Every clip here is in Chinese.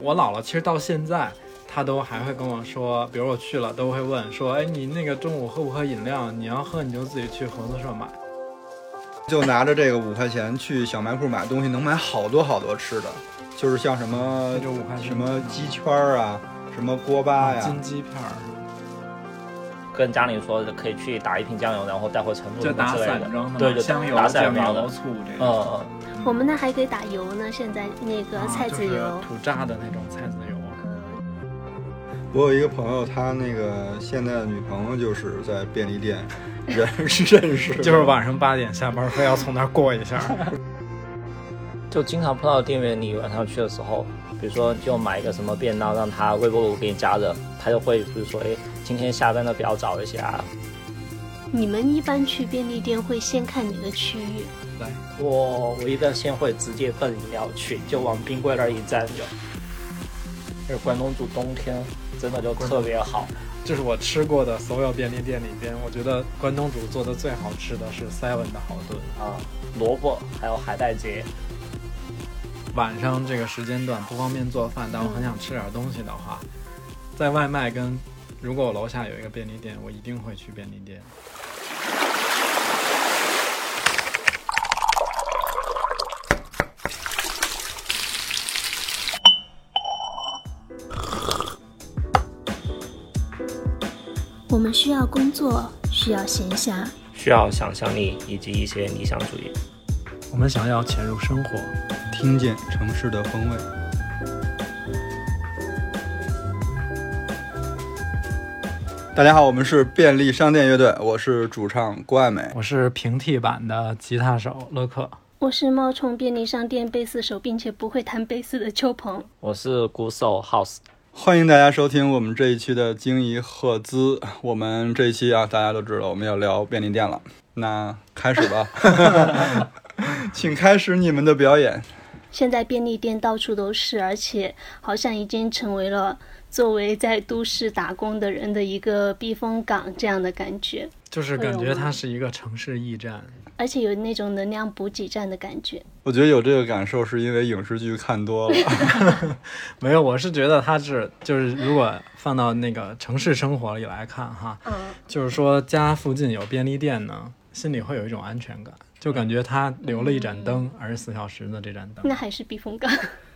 我姥姥其实到现在，她都还会跟我说，比如我去了，都会问说，哎，你那个中午喝不喝饮料？你要喝你就自己去合作社买。就拿着这个五块钱去小卖部买东西，能买好多好多吃的，就是像什么就五块钱嗯什么鸡圈儿啊，什么锅巴呀、金鸡片儿，跟家里说可以去打一瓶酱油，然后带回成都就什么打之类散的。装的嘛，对对，香油、打散酱装的油、。醋这个。嗯嗯，我们那还可以打油呢，现在那个啊菜就籽是油。土榨的那种菜籽油。啊我有一个朋友，他那个现在的女朋友就是在便利店认认识， 就是晚上八点下班，非要从那儿过一下。 就经常碰到店员，你晚上去的时候，比如说就买一个什么便当，让他微波炉给你加热，他就会就是说，哎，今天下班的比较早一些啊。你们一般去便利店会先看哪个区域？我我一般先会直接奔饮料区，就往冰柜那儿一站就。那关东煮冬天真的就特别好，这是我吃过的所有便利店里边，我觉得关东煮做的最好吃的是 Seven 的好炖。啊、萝卜还有海带结，晚上这个时间段不方便做饭，但我很想吃点东西的话，在外卖跟如果我楼下有一个便利店，我一定会去便利店。我们需要工作，需要闲暇，需要想象力以及一些理想主义。我们想要潜入生活，听见城市的风味。大家好，我们是便利商店乐队，我是主唱郭爱美。我是平替版的吉他手乐克。我是冒充便利商店贝斯手，并且不会弹贝斯的邱鹏。我是鼓手 House，欢迎大家收听我们这一期的惊疑赫兹。我们这一期啊，大家都知道我们要聊便利店了，那开始吧， 请开始你们的表演。现在便利店到处都是，而且好像已经成为了作为在都市打工的人的一个避风港这样的感觉，就是会有感觉吗它是一个城市驿站，而且有那种能量补给站的感觉。我觉得有这个感受是因为影视剧看多了，没有，我是觉得它是就是如果放到那个城市生活里来看哈，嗯，就是说家附近有便利店呢，心里会有一种安全感，就感觉它留了一盏灯，二十四小时的这盏灯。那还是避风港。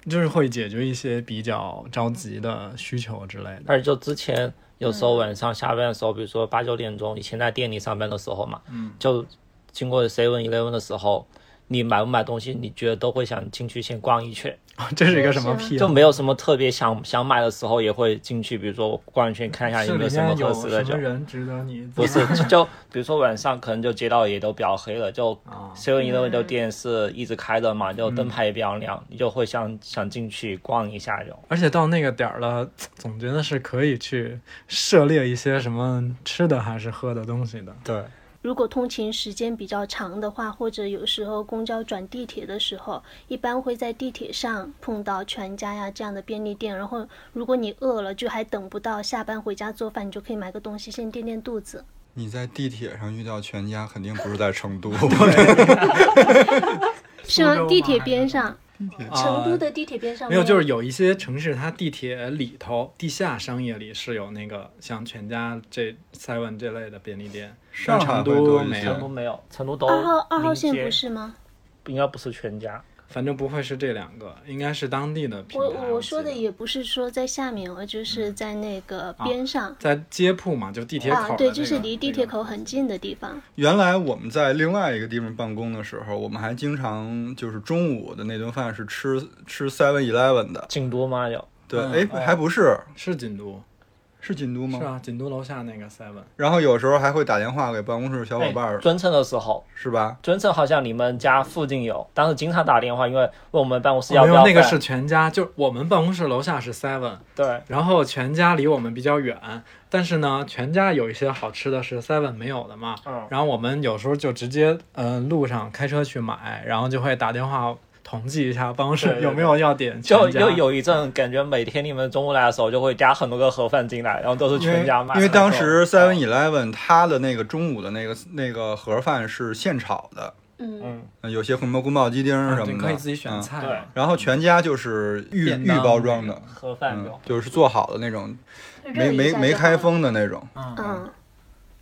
就是会解决一些比较着急的需求之类 的。但是就之前有时候晚上下班的时候，比如说八九点钟，以前在店里上班的时候嘛，嗯，就经过 Seven Eleven 的时候，你买不买东西，你觉得都会想进去先逛一圈，这是一个啊什么癖就好？没有什么特别想想买的时候，也会进去，比如说我逛一圈看一下有是没里有什么面合有适什的就么。人值得 你？不是，就就比如说晚上可能就街道也都比较黑了，就啊 Seven Eleven 的店是一直开的嘛，就灯牌也比较亮，你就会想想进去逛一下就。而且到那个点儿了，总觉得是可以去涉猎一些什么吃的还是喝的东西的。对，如果通勤时间比较长的话，或者有时候公交转地铁的时候，一般会在地铁上碰到全家呀这样的便利店。然后，如果你饿了，就还等不到下班回家做饭，你就可以买个东西先垫垫肚子。你在地铁上遇到全家，肯定不是在 成都。苏州是吗？吗地铁边上，成都啊的地铁边上没有，就是有一些城市，它地铁里头地下商业里是有那个像全家这 seven 这类的便利店，上海成会多都一些没成有都，没有，成都都二号二号临线街不是吗？应该不是全家，反正不会是这两个，应该是当地的品牌。嗯我我我说的记得也不是说在下面，我就是在那个啊边上在街铺嘛，就地铁口的这个、，啊对，就是离地铁这个口很近的地方。嗯原来我们在另外一个地方办公的时候，我们还经常就是中午的那顿饭是吃吃 Seven Eleven 的。京都吗？有对，嗯哎、还不是，是锦都。是锦嗯都吗？是啊，锦都楼下那个 seven，然后有时候还会打电话给办公室哎小伙伴儿，哎尊称的时候，是吧？尊称好像你们家附近有，当时经常打电话，因为问我们办公室要哦没不有要那个办是全家，就我们办公室楼下是 seven，对，然后全家离我们比较远，但是呢，全家有一些好吃的是 seven 没有的嘛，嗯，然后我们有时候就直接呃路上开车去买，然后就会打电话统计一下办公对室对有没有要点就全家。就有一阵感觉每天你们中午来的时候就会加很多个盒饭进来，然后都是因为全家嗯买的那种，因为当时 Seven 嗯 Eleven 它的那个中午的那个那个盒饭是现炒的，嗯嗯，呃有些红蘑菇冒鸡丁儿啊什对么可以的自己选嗯菜对嘛，然后全家就是预便预当包装的，盒饭嗯表，就是做好的那种，热没一没下没就好开了封的那种。嗯，嗯，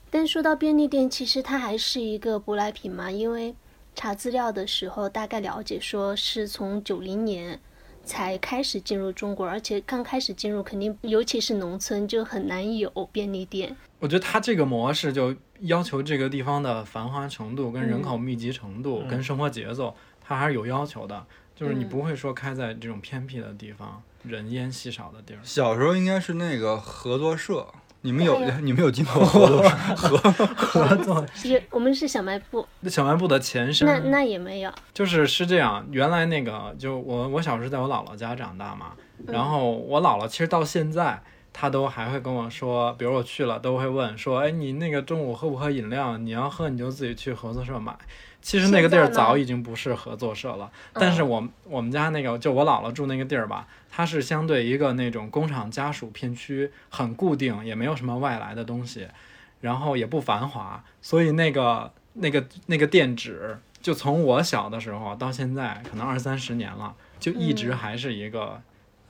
但说到便利店，其实它还是一个舶来品嘛，因为查资料的时候大概了解说是从九零年才开始进入中国，而且刚开始进入肯定，尤其是农村就很难有便利店。我觉得它这个模式就要求这个地方的繁华程度、跟人口密集程度、嗯跟生活节奏，它还是有要求的。就是你不会说开在这种偏僻的地方、人烟稀少的地儿。小时候应该是那个合作社，你们对有呀你们有进过合作社？也我们是小卖部，那小卖部的前那嗯身那也没有，就是是这样，原来那个就我我小时候在我姥姥家长大嘛，然后我姥姥其实到现在。她都还会跟我说，比如我去了，都会问说，哎，你那个中午喝不喝饮料？你要喝你就自己去合作社买。其实那个地儿现在呢早已经不是合作社了，但是我们我们家那个就我姥姥住那个地儿吧，它是相对一个那种工厂家属片区，很固定，也没有什么外来的东西，然后也不繁华，所以那个那个那个店址，就从我小的时候到现在，可能二三十年了，就一直还是一个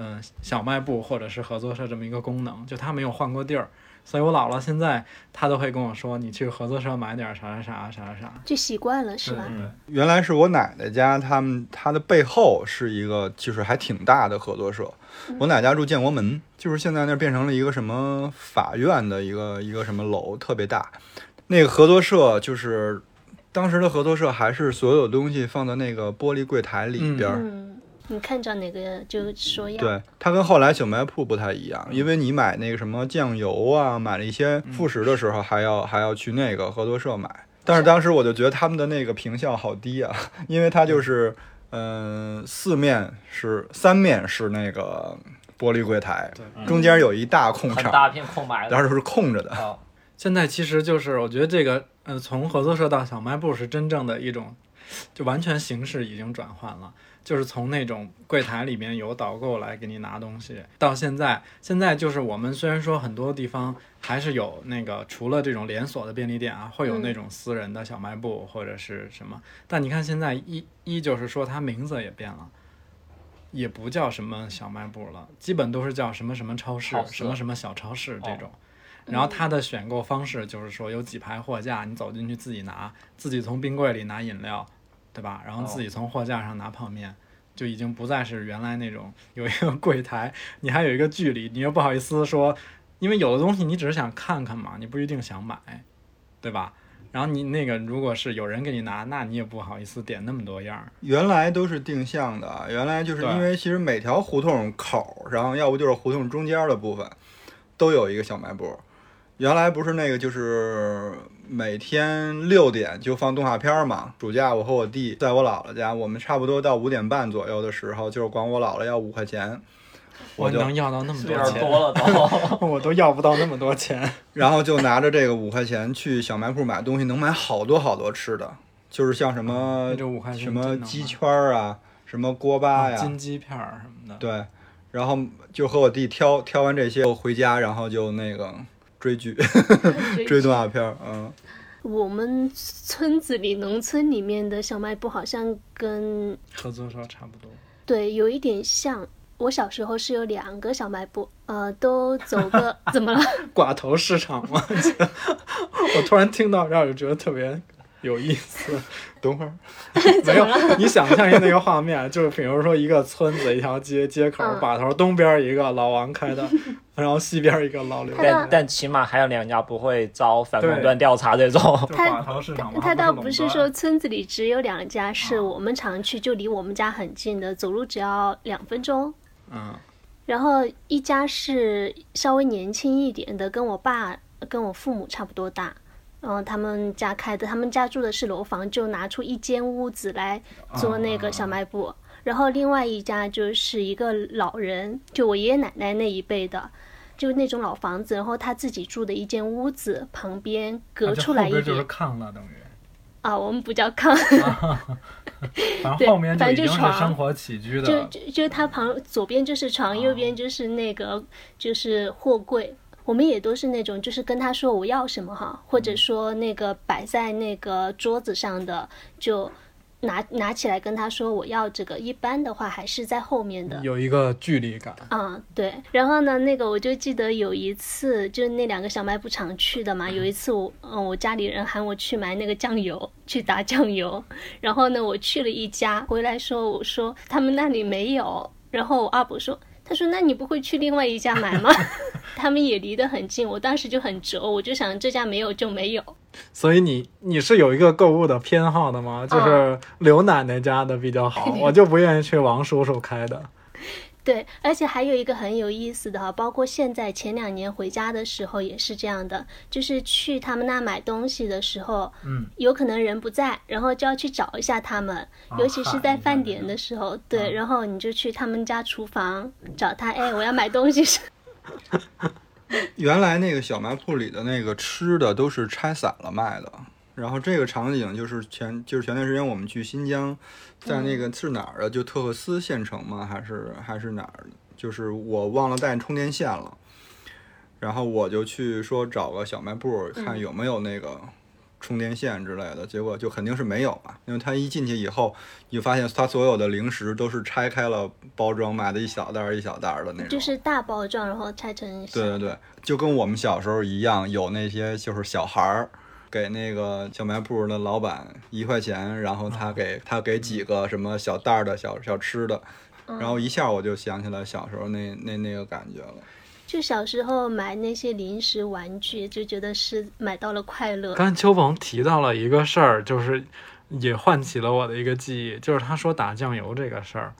嗯、小卖部或者是合作社这么一个功能，就它没有换过地儿。所以我姥姥现在她都会跟我说，你去合作社买点儿啥啥啥啥啥啥。就习惯了是吧？嗯对嗯原来是我奶奶家，他们她的背后是一个就是还挺大的合作社。我奶奶家住建国门，就是现在那儿变成了一个什么法院的一个一个什么楼，特别大。那个合作社就是当时的合作社，还是所有东西放在那个玻璃柜台里边儿。嗯，你看着哪个就说要。对，它跟后来小卖铺不太一样，因为你买那个什么酱油啊，买了一些嗯副食的时候，还要还要去那个合作社买。但是当时我就觉得他们的那个评效好低啊， 因为它就是，嗯、四面是三面是那个玻璃柜台，对中间有一大空很场，大片空白的。然后是空着的。啊，现在其实就是我觉得这个，呃，从合作社到小卖部是真正的一种，就完全形式已经转换了，就是从那种柜台里面有导购来给你拿东西，到现在，现在就是我们虽然说很多地方还是有那个除了这种连锁的便利店啊，会有嗯那种私人的小卖部或者是什么，但你看现在一一就是说它名字也变了。也不叫什么小卖部了，基本都是叫什么什么超市、超市什么什么小超市这哦种。然后它的选购方式就是说有几排货架，你走进去自己拿，自己从冰柜里拿饮料，对吧？然后自己从货架上拿泡面，就已经不再是原来那种有一个柜台，你还有一个距离，你又不好意思说，因为有的东西你只是想看看嘛，你不一定想买，对吧？然后你那个如果是有人给你拿，那你也不好意思点那么多样儿。原来都是定向的啊，原来就是因为其实每条胡同口儿上，要不就是胡同中间的部分，都有一个小卖部。原来不是那个，就是每天六点就放动画片儿嘛。暑假我和我弟在我姥姥家，我们差不多到五点半左右的时候，就是管我姥姥要五块钱，我我就能要到那么有多点钱，多了都。 我都要不到那么多钱。 然后就拿着这个五块钱去小卖部买东西，能买好多好多吃的，就是像什么啊那这五块钱什真么能买啊鸡圈儿啊，什么锅巴哎呀，金鸡片儿什么的。对，然后就和我弟挑挑完这些，我回家，然后就那个追剧、 追动画片儿，嗯，我们村子里、农村里面的小卖部好像跟合作社差不多。对，有一点像。我小时候是有两个小卖部，呃，都走个怎么了？寡头市场吗？ 我突然听到这儿就觉得特别有意思。等会儿没有，你想象一下那个画面，就是比如说一个村子一条街街口，嗯把头东边一个老王开的，然后西边一个老刘开他的倒但。但起码还有两家不会遭反对垄断调查这 种。就他寡头市场嘛，他它倒垄不是断说村子里只有两家，是我们常去，就离我们家很近的，走路只要两分钟。啊嗯，然后一家是稍微年轻一点的，跟我爸、跟我父母差不多大。然后他们家开的，他们家住的是楼房，就拿出一间屋子来做那个小卖部。然后另外一家就是一个老人，就我爷爷奶奶那一辈的，就那种老房子，然后他自己住的一间屋子旁边啊隔出来一点炕了，等于。啊，我们不叫 炕，反对后面就已经是反正就床生活起居就就就他旁左边就是床，右边就是那个就是货柜，我们也都是那种，就是跟他说我要什么哈，或者说那个摆在那个桌子上的，就拿拿起来跟他说我要这个。一般的话还是在后面的。有一个距离感。嗯，对。然后呢，那个我就记得有一次，就那两个小卖部常去的嘛。有一次我，嗯，我家里人喊我去买那个酱油，去打酱油。然后呢，我去了一家，回来说我说他们那里没有。然后我阿伯说，他说那你不会去另外一家买吗？ 他们也离得很近，我当时就很轴，我就想这家没有就没有。所以你你是有一个购物的偏好的吗？就是啊刘奶奶家的比较 好，我就不愿意去王叔叔开的。对，而且还有一个很有意思的哈，包括现在前两年回家的时候也是这样的，就是去他们那买东西的时候，嗯，有可能人不在，然后就要去找一下他们，啊尤其是在饭点的时候，对，然后你就去他们家厨房找他，哎，我要买东西。 原来那个小卖铺里的那个吃的都是拆散了卖的，然后这个场景就是前就是前段时间我们去新疆，在那个是哪儿啊？就特克斯县城吗？还是还是哪儿？就是我忘了带充电线了，然后我就去说找个小卖部看有没有那个充电线之类的，结果就肯定是没有嘛，因为他一进去以后，你就发现他所有的零食都是拆开了包装卖的，一小袋儿一小袋儿的那种，就是大包装，然后拆成小对对对，就跟我们小时候一样，有那些就是小孩儿给那个小卖部的老板一块钱，然后他给他给几个什么小袋儿的小小吃的，然后一下我就想起来小时候那那那个感觉了。就小时候买那些零食玩具，就觉得是买到了快乐。刚才秋鹏提到了一个事儿，就是也唤起了我的一个记忆，就是他说打酱油这个事 儿。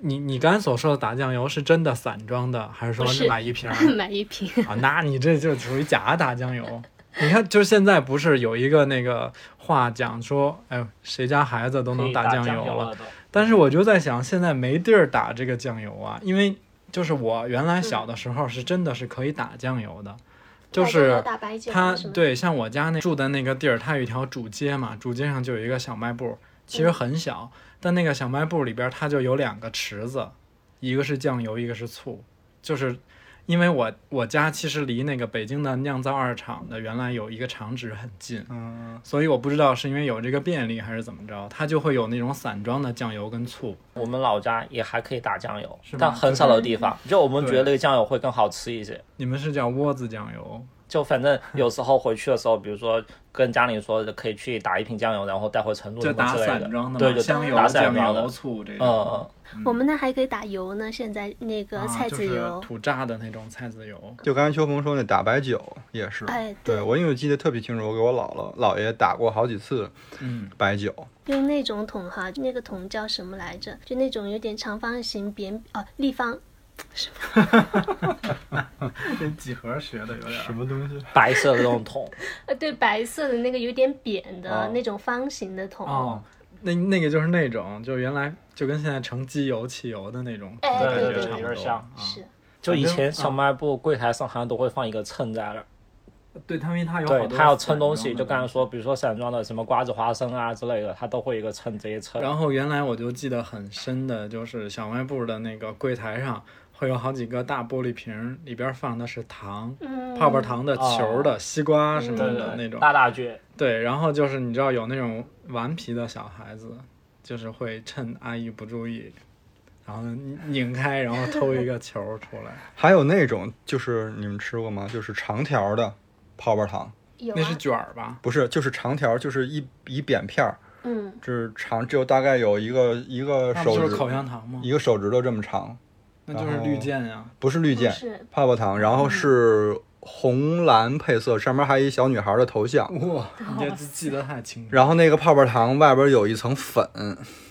你你刚才所说的打酱油是真的散装的，还是说不是买一瓶 儿？买一瓶，啊，那你这就属于假打酱油。你看，就是现在不是有一个那个话讲说，哎呦，谁家孩子都能打酱油了。都。但是我就在想，现在没地儿打这个酱油啊，因为就是我原来小的时候是真的是可以打酱油的，就大家都是打白酒它什么的对，像我家那住的那个地儿，它有一条主街嘛，主街上就有一个小卖部，其实很小，但那个小卖部里边它就有两个池子，一个是酱油，一个是醋，就是。因为我我家其实离那个北京的酿造二厂的原来有一个厂址很近，嗯，所以我不知道是因为有这个便利还是怎么着，它就会有那种散装的酱油跟醋。我们老家也还可以打酱油是吗，但很少的地方。就我们对觉得那个酱油会更好吃一些。你们是叫窝子酱油？就反正有时候回去的时候，比如说跟家里说可以去打一瓶酱油，然后带回成都就什么打之类散的装的，对，嘛，就香油、打散酱装的油、。醋这种，嗯嗯，我们那还可以打油呢，现在那个啊菜就籽是油，土榨的那种菜籽油。就刚才秋鹏说那打白酒也是，哎对对我因为记得特别清楚，我给我姥姥姥爷打过好几次 嗯，白酒，用那种桶哈，那个桶叫什么来着？就那种有点长方形、扁哦立方，这几何学的有点么东西？白色的那 种桶，呃对，白色的那个有点扁的、哦那种方形的桶。哦，那那个就是那种，就原来就跟现在盛机油、汽油的那种哎感对觉差对对不有点多。像啊，是，就以反正前小卖部柜台上好像都会放一个秤在那儿，对，他们它有对，好多它要称东散西，装的就刚才说，比如说散装的什么瓜子、花生啊之类的，它都会有一个秤直接称。然后原来我就记得很深的，就是小卖部的那个柜台上会有好几个大玻璃瓶，里边放的是糖，嗯，泡泡糖的、哦球的、西瓜什么对的对那对，种。大大卷，对，然后就是你知道有那种顽皮的小孩子，就是会趁阿姨不注意，然后拧开，然后偷一个球儿出来，还有那种就是你们吃过吗？就是长条的泡泡糖， 有那是啊，卷儿吧？不是，就是长条，就是一一扁片儿。嗯，就是长，只有大概有一个一个那不手就是指口香糖吗？一个手指头这么长，那就是绿箭呀、不是绿不箭，哦是，嗯泡泡糖，然后是红蓝配色，上面还有一小女孩的头像， 哇，你这记得太清楚。然后那个泡泡糖外边有一层粉，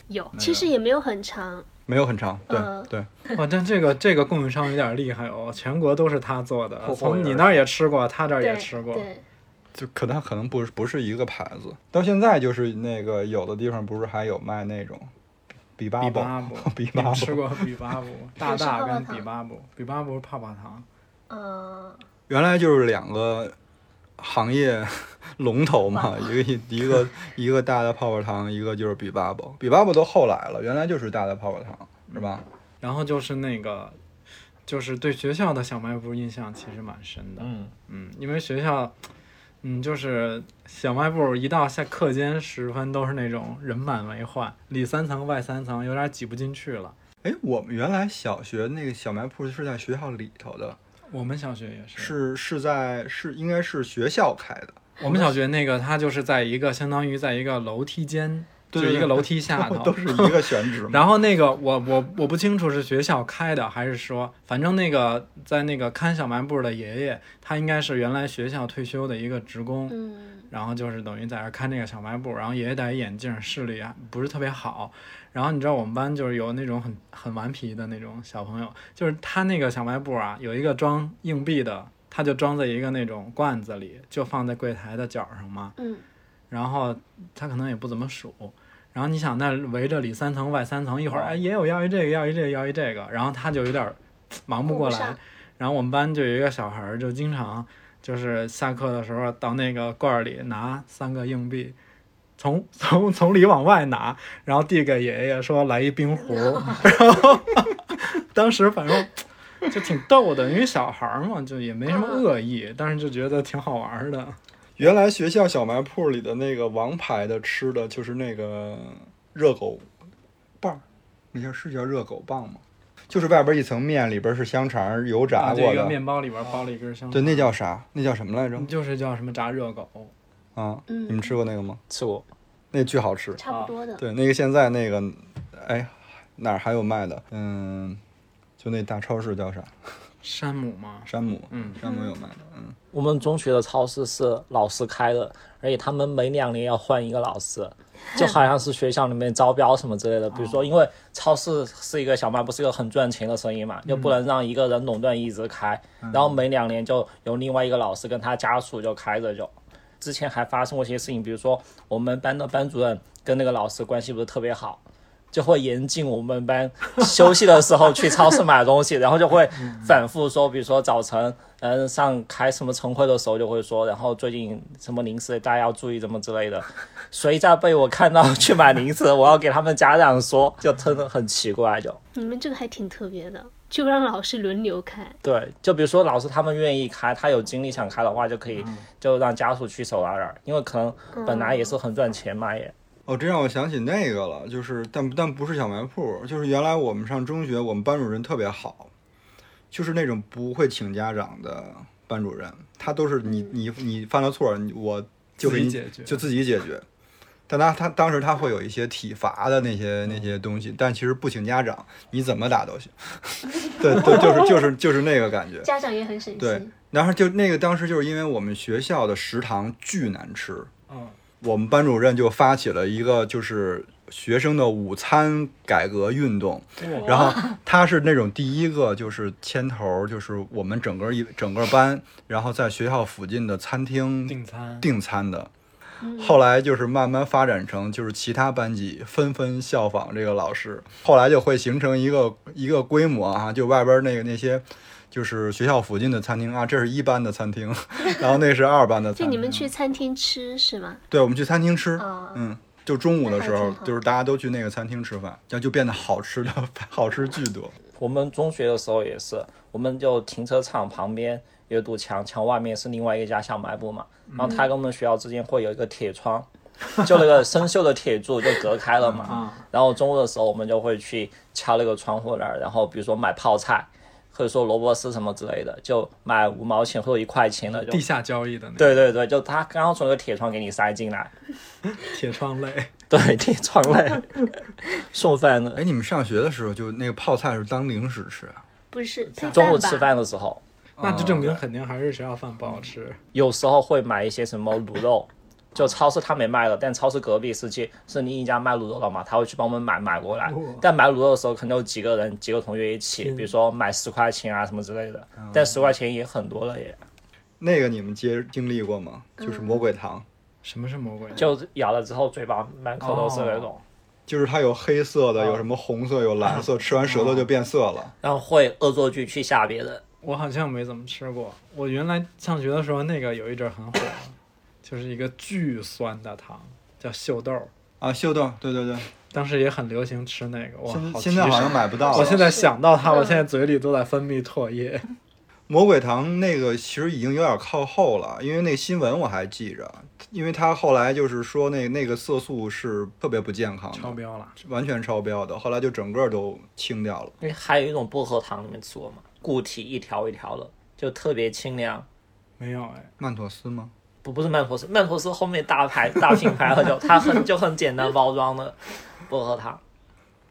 有，其实也没有很长，没有很长，对、嗯对，哇，但这个这个供应商有点厉害哦，全国都是他做的，后后从院你儿那儿也吃过，他这儿也对吃过。对，就可它可能不是不是一个牌子，到现在就是那个有的地方不是还有卖那种比巴比卜巴卜， 比你巴们吃卜，过比巴 卜，大也是大泡泡跟糖比巴卜，比巴卜是泡泡糖。嗯，原来就是两个行业 龙头嘛，一个 一个一个大的泡泡糖，一个就是比巴卜，比巴卜都后来了，原来就是大的泡泡糖，是吧？然后就是那个就是对学校的小卖部印象其实蛮深的。嗯，嗯，因为学校，嗯，就是小卖部一到下课间时分都是那种人满为患，里三层外三层，有点挤不进去了。哎，我们原来小学那个小卖铺是在学校里头的，我们小学也是，是是在是应该是学校开的，我们小学那个它就是在一个相当于在一个楼梯间，就对一个对楼梯 下头，都是一个选 址嘛。然后那个我我我不清楚是学校开的还是说，反正那个在那个看小卖部的爷爷，他应该是原来学校退休的一个职工，嗯，然后就是等于在那儿看这个小卖部，然后爷爷戴一眼镜，视力啊不是特别好。然后你知道我们班就是有那种很很顽皮的那种小朋友，就是他那个小卖部啊，有一个装硬币的，他就装在一个那种罐子里，就放在柜台的角上嘛。嗯。然后他可能也不怎么数，然后你想那围着里三层外三层，一会儿哎也有要一这个要一这个要一这个，然后他就有点儿忙不顾不过来上，然后我们班就有一个小孩儿，就经常就是下课的时候到那个罐儿里拿三个硬币，从 从从里往外拿，然后递给爷爷说来一冰壶，然后当时反正就挺逗的，因为小孩儿嘛，就也没什么恶意，但是就觉得挺好玩儿的。原来学校小卖铺里的那个王牌的吃的就是那个热狗棒，那叫是叫热狗棒吗？就是外边一层面，里边是香肠油炸啊，就过一个的。面包里边儿包了一根香肠，对，那叫啥？那叫什么来着？就是叫什么炸热狗，啊，嗯你们吃过那个吗？吃过。那巨好吃。差不多的。哦对，那个现在那个，哎，哪儿还有卖的？嗯，就那大超市叫啥？山姆吗？山姆，嗯，山姆有卖的。嗯，我们中学的超市是老师开的，而且他们每两年要换一个老师，就好像是学校里面招标什么之类的。比如说，因为超市是一个小卖部，是一个很赚钱的生意嘛，又不能让一个人垄断一直开，然后每两年就有另外一个老师跟他家属就开着就。之前还发生过一些事情，比如说我们班的班主任跟那个老师关系不是特别好，就会严禁我们班休息的时候去超市买东西，然后就会反复说，比如说早晨，嗯，上开什么晨会的时候就会说，然后最近什么零食大家要注意什么之类的。谁在被我看到去买零食，我要给他们家长说，就真的很奇怪就。你们这个还挺特别的，就让老师轮流开。对，就比如说老师他们愿意开，他有精力想开的话，就可以就让家属去手拉人，因为可能本来也是很赚钱嘛也。哦，这让我想起那个了，就是但但不是小卖铺，就是原来我们上中学，我们班主任特别好，就是那种不会请家长的班主任，他都是你你你犯了错，你我就自给己你解决就自己解决。但他他当时他会有一些体罚的那嗯些那些东西，但其实不请家长，你怎么打都行。 对对，就是就是就是那个 感觉。家长也很省对心。，然后就那个当时就是因为我们学校的食堂巨难吃，嗯，我们班主任就发起了一个就是学生的午餐改革运动，然后他是那种第一个就是牵头，就是我们整个一整个班，然后在学校附近的餐厅订餐，订餐的。后来就是慢慢发展成，就是其他班级纷纷效仿这个老师，后来就会形成一个一个规模啊，就外边那个那些，就是学校附近的餐厅啊，这是一班的餐厅，然后那是二班的餐就厅。你们去餐厅吃是吗？对，我们去餐厅吃，啊嗯，就中午的时那还候挺，好就是大家都去那个餐厅吃饭，然后就变得好吃的好吃巨多。我们中学的时候也是，我们就停车场旁边有一堵墙，墙外面是另外一家小卖部嘛，然后它跟我们学校之间会有一个铁窗，就那个生锈的铁柱就隔开了嘛。然后中午的时候我们就会去敲那个窗户那儿，然后比如说买泡菜，或者说萝卜丝什么之类的，就买五毛钱或者一块钱的。就地下交易的那对个对对，就他刚刚从那个铁窗给你塞进来，铁窗类，对铁窗类送饭的，哎，你们上学的时候就那个泡菜是当零食吃啊？不是，配中午吃吧。饭的时候。哦那就证明肯定还是学校饭不好吃。有时候会买一些什么卤肉，就超市他没卖了，但超市隔壁是去是另一家卖卤肉的嘛，他会去帮我们买买过来。但买卤肉的时候，可能有几个人几个同学一起，比如说买十块钱啊什么之类的，但十块钱也很多了也，那个你们接经历过吗？就是魔鬼糖，什么是魔鬼？就咬了之后嘴巴满口都是那种，就是它有黑色的，嗯有什么红色，有蓝色，吃完舌头就变色了。然后会恶作剧去吓别人。我好像没怎么吃过。我原来上学的时候，那个有一阵儿很火，就是一个巨酸的糖，叫秀豆儿。嗯啊，秀豆，对对对，当时也很流行吃那个，哇，现好现在好像像买不到我了。现在想到它，嗯我现在嘴里都在分泌唾液。魔鬼堂那个其实已经有点靠后了，因为那个新闻我还记着，因为他后来就是说那那个色素是特别不健康超的，标了，完全超标的，后来就整个都清掉了。因为还有一种薄荷糖，你们吃过吗？固体一条一条的，就特别清凉。没有哎， 曼妥思吗？不不是曼陀斯，曼陀斯后面大牌大品牌喝酒，它很就很简单包装的薄荷糖，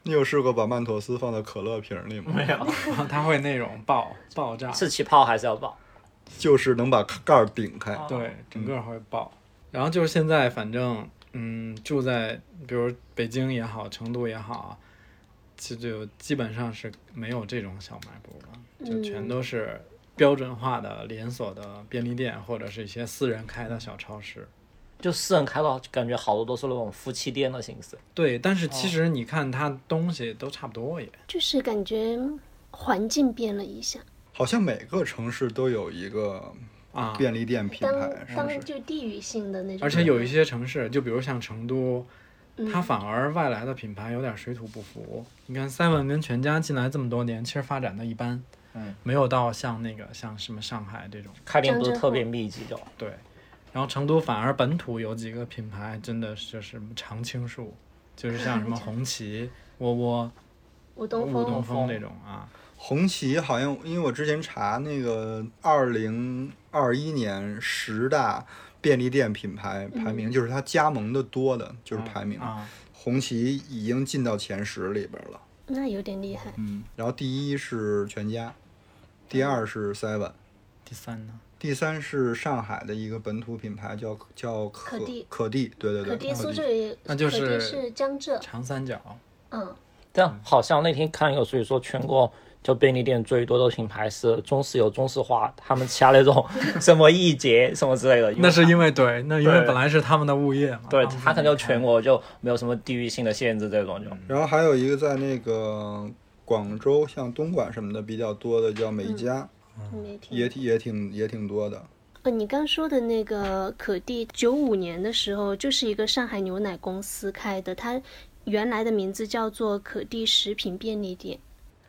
你有试过把曼妥思放到可乐瓶里吗？没有它会那种爆爆炸，是起泡还是要爆？就是能把盖儿顶开。哦哎对，整个会爆。然后就是现在，反正嗯，住在比如北京也好，成都也好啊，就就基本上是没有这种小卖部了，就全都是标准化的连锁的便利店或者是一些私人开的小超市。就私人开的，感觉好多都是那种夫妻店的形式。对，但是其实你看它东西都差不多也，就是感觉环境变了一下。好像每个城市都有一个啊，便利店品当牌，是不当是？就地域性的那种，而且有一些城市，就比如像成都，嗯它反而外来的品牌有点水土不服。你看 seven 跟全家进来这么多年，其实发展的一般，嗯，没有到像那个像什么上海这种，开店不是特嗯别密集就，对。然后成都反而本土有几个品牌真的是就是常青树，就是像 什么红旗、窝窝、吴东乌风东风这种啊，红旗好像，因为我之前查那个二零二一年十大便利店品牌排名，嗯就是它加盟的多的，就是排名。啊，红旗已经进到前十里边了，那有点厉害。嗯，然后第一是全家，第二是 seven，第三呢？第三是上海的一个本土品牌叫叫可可地可地，对对对，可地苏州也，那就可地是是江浙，长三角，嗯，但好像那天看有数据说，全国就便利店最多的品牌是中石油、中石化，他们其他那种什么易捷什么之类的，那啊是因为嗯对，那因为对本来是他们的物业嘛，啊对们它可能就全国就没有什么地域性的限制，这种就嗯然后还有一个在那个广州，像东莞什么的比较多的叫嗯美嘉，没听也挺也挺也挺多的。呃，你刚说的那个可地，九五年的时候就是一个上海牛奶公司开的，它原来的名字叫做可地食品便利店，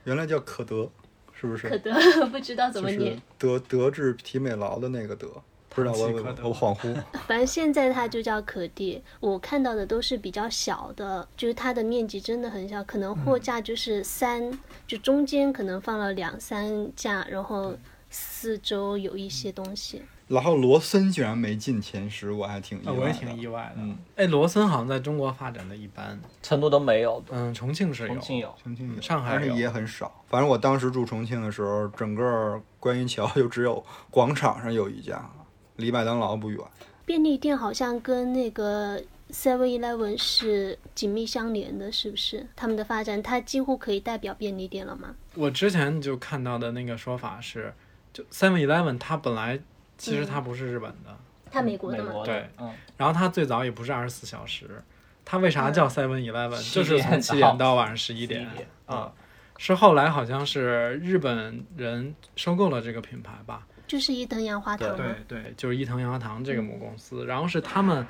原来叫可德，是不是？可德 不知道怎就么是念，德德制体美劳的那个德，不知道我唐吉诃德我我恍惚。 反正现在它就叫可地。我看到的都是比较小的，就是它的面积真的很小，可能嗯货架就是三，就中间可能放了两三架，然后四周有一些东西。然后罗森居然没进前十，我还挺意啊，外的。我也挺意外的嗯。哎，罗森好像在中国发展的一般，成都都没有，嗯，重庆是有，重庆有。重庆有，上海但是有也很少。反正我当时住重庆的时候，整个观音桥就只有广场上有一家，离麦当劳不远。便利店好像跟那个 Seven Eleven 是紧密相连的，是不是？他们的发展，它几乎可以代表便利店了嘛？我之前就看到的那个说法是，就 Seven Eleven 它本来其实它不是日本的，它美国美的嘛，国对的，嗯，然后它最早也不是二十四小时，它为啥叫 Seven Eleven？、就是从7七点点到晚上十一点11点啊。是后来好像是日本人收购了这个品牌吧？就是伊藤洋华堂嘛。对，就是伊藤洋华堂这个母公司，然后是他们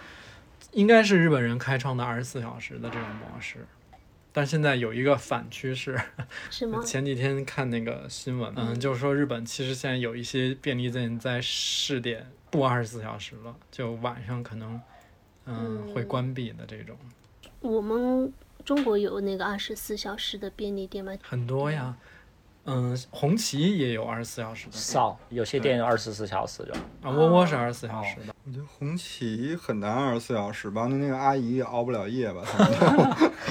应该是日本人开创的二十四小时的这种模式，但现在有一个反趋势，是吗？前几天看那个新闻，嗯，就是说日本其实现在有一些便利店在试点不二十四小时了，就晚上可能，嗯，嗯会关闭的这种我们中国有那个二十四小时的便利店吗？很多呀。嗯，红旗也有二十四小时的少有些嗯店二十四小时就。啊，窝窝是二十四小时的，我觉得红旗很难二十四小时吧，那那个阿姨也熬不了夜吧？他们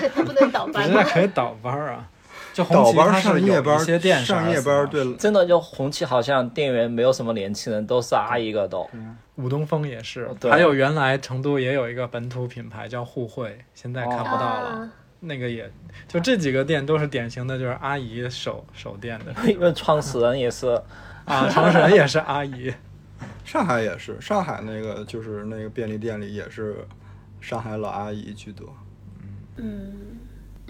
它不能倒不班是吗？可以倒班儿啊。就红倒旗班它儿是上夜班有一些店儿，是上夜24班儿，小时对，了，真的就红旗好像店员没有什么年轻人，都是阿姨个都。武东风也是，对还有原来成都也有一个本土品牌叫互惠，现在看不到了。啊，那个也就这几个店都是典型的，就是阿姨手手店 的 因为创始人也是啊，长神也是阿姨，上海也是，上海那个就是那个便利店里也是上海老阿姨居多。嗯。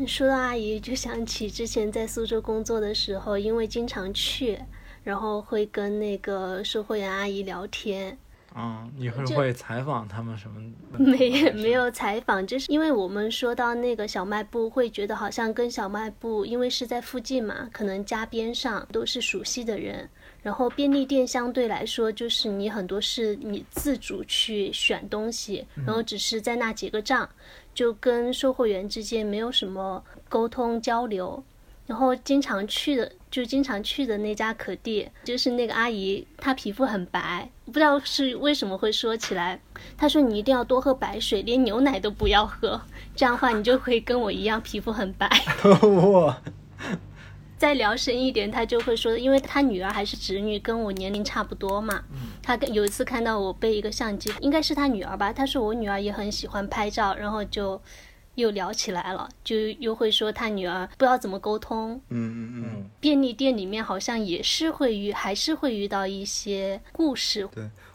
说到阿姨，就想起之前在苏州工作的时候，因为经常去，然后会跟那个售货员阿姨聊天，啊、你会这会采访他们什么的？没没有采访，就是因为我们说到那个小卖部，会觉得好像跟小卖部，因为是在附近嘛，可能家边上都是熟悉的人。然后便利店相对来说，就是你很多是你自主去选东西，然后只是在那结个账，就跟售货员之间没有什么沟通交流。然后经常去的，就经常去的那家可地，就是那个阿姨，她皮肤很白，不知道是为什么会说起来。她说你一定要多喝白水，连牛奶都不要喝，这样的话你就会跟我一样皮肤很白。 哇，再聊深一点，她就会说，因为她女儿还是侄女，跟我年龄差不多嘛。她跟有一次看到我背一个相机，应该是她女儿吧，她说我女儿也很喜欢拍照，然后就又聊起来了，就又会说她女儿不知道怎么沟通，嗯嗯嗯。便利店里面好像也是会遇，还是会遇到一些故事。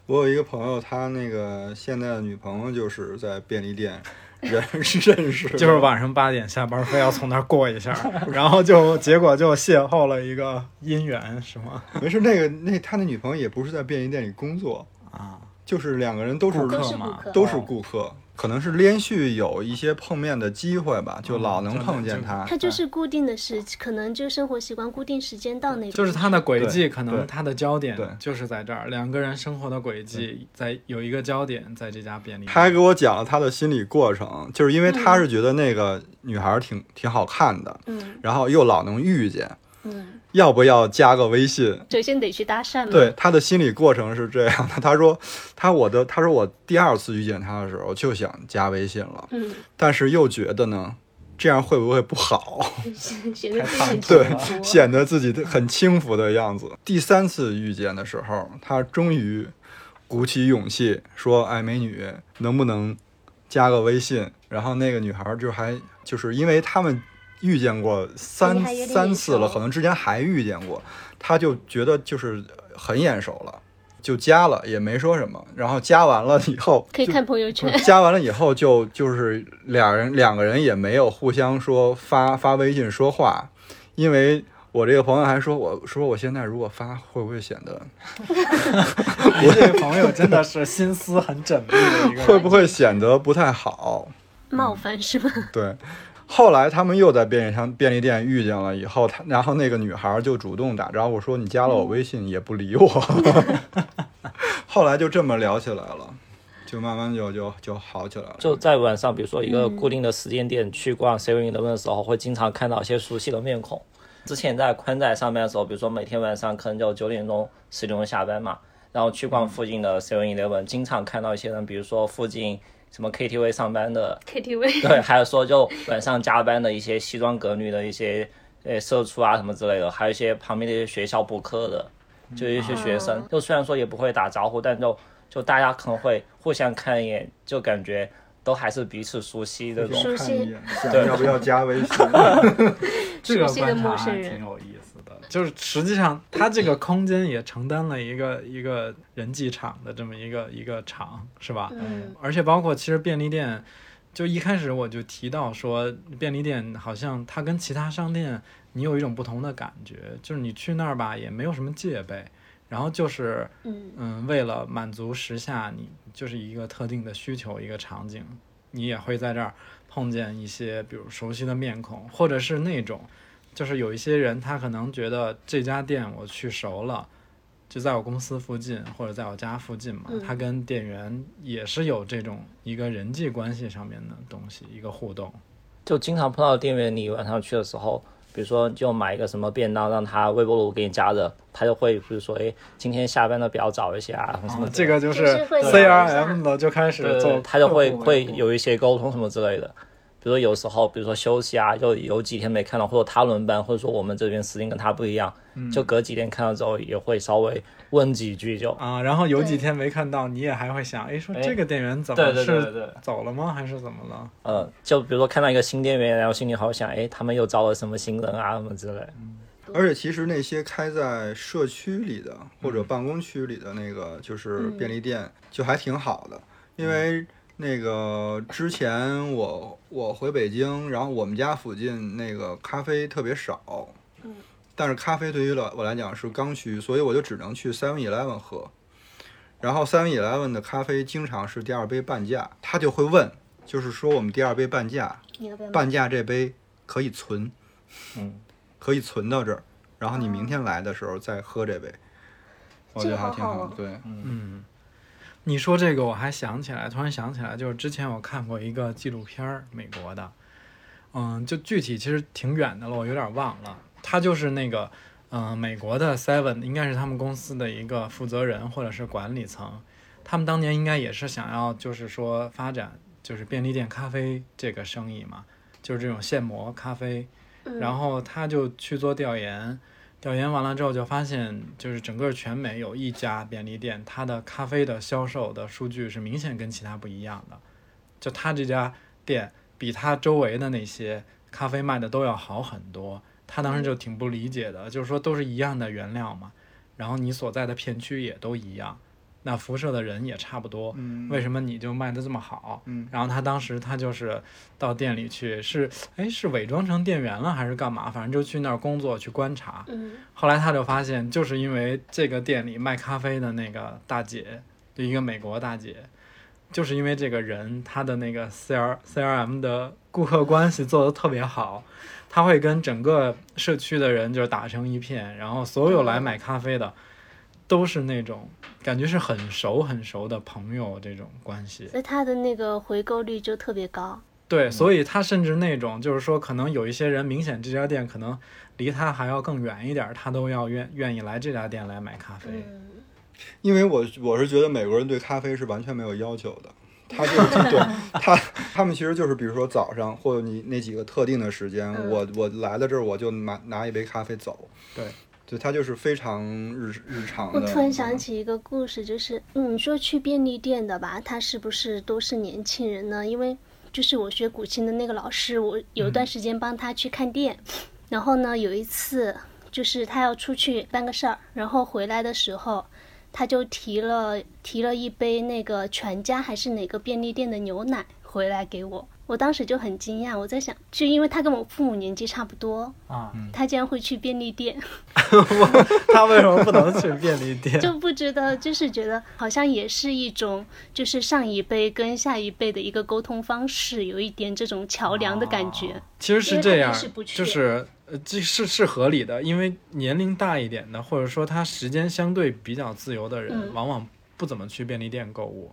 我有一个朋友，他那个现在的女朋友就是在便利店认认识的， 就是晚上八点下班，非要从那儿过 一下，然后就结果就邂逅了一个姻缘，是吗？没事。那个那他那女朋友也不是在便利店里工作啊，就是两个人都是顾客都是顾嘛客，都是顾客，可能是连续有一些碰面的机会吧，就老能碰见他。它嗯就是固定的时，可能就生活习惯固定时间到那边，嗯就是它的轨迹，对可能对它的焦点对就是在这儿，两个人生活的轨迹在有一个焦点在这家便利店。他还给我讲了他的心理过程，就是因为他是觉得那个女孩儿挺挺好看的，嗯然后又老能遇见，嗯，要不要加个微信？首先得去搭讪嘛。对，他的心理过程是这样的。他说，他我的，他说我第二次遇见他的时候就想加微信了，嗯， 但是又觉得呢，这样会不会不好？显得自己很对成，熟显得自己的很轻浮的样子。第三次遇见的时候，他终于鼓起勇气说：“哎，美女，能不能加个微信？”然后那个女孩儿就还就是因为他们遇见过你三还有点三眼次了，熟可能之前还遇见过，他就觉得就是很眼熟了，就加了，也没说什么。然后加完了以后，可以就看朋友不 圈是。加完了以后就就是俩人两个人也没有互相说发发微信说话，因为我这个朋友还说我说我现在如果发会不会显得我 这个朋友真的是心思很缜密的一个人，会不会显得不太好？冒犯是 吗？对。后来他们又在便利商便利店遇见了以后，他然后那个女孩就主动打招呼说：“你加了我微信也不理 我。”后来就这么聊起来了，就慢慢就就就好起来了。就在晚上，比如说一个固定的时间点去逛 Seven Eleven 的时候，会经常看到一些熟悉的面孔。之前在宽带上班的时候，比如说每天晚上可能就九点钟、十点钟下班嘛，然后去逛附近的 Seven Eleven，经常看到一些人，比如说附近什么 KTV 上班的， KTV 对，还有说就晚上加班的一些西装革履的一些呃社畜啊什么之类的，还有一些旁边的一些学校补课的，嗯就一些学生，就虽然说也不会打招呼，但就就大家可能会互相看一眼，就感觉都还是彼此熟悉这种。熟看一悉眼，想要不要加微 信？这个熟悉的观察陌生还人挺有意思的，就是实际上它这个空间也承担了一个一个人际场的这么一个一个场，是吧？嗯，而且包括其实便利店，就一开始我就提到说，便利店好像它跟其他商店你有一种不同的感觉，就是你去那儿吧也没有什么戒备，然后就是嗯为了满足时下你就是一个特定的需求一个场景，你也会在这儿碰见一些比如熟悉的面孔，或者是那种就是有一些人他可能觉得这家店我去熟了。就在我公司附近或者在我家附近嘛，嗯他跟店员也是有这种一个人际关系上面的东西，一个互动。嗯就经常碰到店员，你晚上去的时候，比如说就买一个什么便当，让他微波炉给你加热，他就会比如说，哎，今天下班的比较早一些啊，什么之这类的个就就是是会聊一 C R 下 M 的就开对始做，他就会会有一些沟通什么之类的。比如说有时候，比如说休息啊，就有几天没看到，或者他轮班，或者说我们这边时间跟他不一样，嗯就隔几天看到之后也会稍微问几句就。啊，然后有几对天没看到，你也还会想，哎，说哎这个店员怎对么对对是对，走了吗？还是怎么了？嗯，就比如说看到一个新店员，然后心里好想，哎，他们又招了什么新人啊，什么之类的。嗯而且其实那些开在社区里的或者办公区里的那个就是便利店，就还挺好的，因为那个之前我我回北京，然后我们家附近那个咖啡特别少，但是咖啡对于我我来讲是刚需，所以我就只能去 Seven Eleven 喝。然后 Seven Eleven 的咖啡经常是第二杯半价，他就会问，就是说我们第二杯半价，你要不要买？半价这杯可以存，嗯，可以存到这儿，然后你明天来的时候再喝这杯。我觉得哦还挺好的，哦这对，嗯你说这个，我还想起来，突然想起来，就是之前我看过一个纪录片儿，美国的，嗯，就具体其实挺远的了，我有点忘了。他就是那个，嗯、美国的 Seven 应该是他们公司的一个负责人或者是管理层，他们当年应该也是想要就是说发展就是便利店咖啡这个生意嘛，就是这种现磨咖啡，嗯然后他就去做调研，调研完了之后就发现，就是整个全美有一家便利店，它的咖啡的销售的数据是明显跟其他不一样的，就他这家店比他周围的那些咖啡卖的都要好很多。他嗯当时就挺不理解的，就是说都是一样的原料嘛，然后你所在的片区也都一样，那辐射的人也差不多，嗯为什么你就卖的这么好？嗯，然后他当时他就是到店里去，是哎是伪装成店员了还是干嘛？反正就去那儿工作去观察。嗯后来他就发现，就是因为这个店里卖咖啡的那个大姐，就一个美国大姐，就是因为这个人她的那个 C R C R M 的顾客关系做得特别好，他会跟整个社区的人就是打成一片，然后所有来买咖啡的都是那种感觉是很熟很熟的朋友这种关系。所以它的那个回购率就特别高。对，所以他甚至那种就是说，可能有一些人明显这家店可能离他还要更远一点儿，他都要愿愿意来这家店来买咖啡。嗯，因为我我是觉得美国人对咖啡是完全没有要求的，他 就是对他他们其实就是比如说早上或者你那几个特定的时间，嗯我我来了这儿我就拿拿一杯咖啡走，对，对他就是非常日日常我的。嗯突然想起一个故事，就是嗯你说去便利店的吧，他是不是都是年轻人呢？因为就是我学古琴的那个老师，我有一段时间帮他去看店，然后呢，有一次就是他要出去办个事儿，然后回来的时候，他就提了提了一杯那个全家还是哪个便利店的牛奶回来给我。我当时就很惊讶，我在想，就因为他跟我父母年纪差不多，啊，他竟然会去便利店，他为什 么不能去便利店？嗯就不知道，就是觉得好像也是一种，就是上一辈跟下一辈的一个沟通方式，有一点这种桥梁的感觉。其实是这样因为他平时不，去就是呃，这是是合理的，因为年龄大一点的，或者说他时间相对比较自由的人，嗯往往不怎么去便利店购物。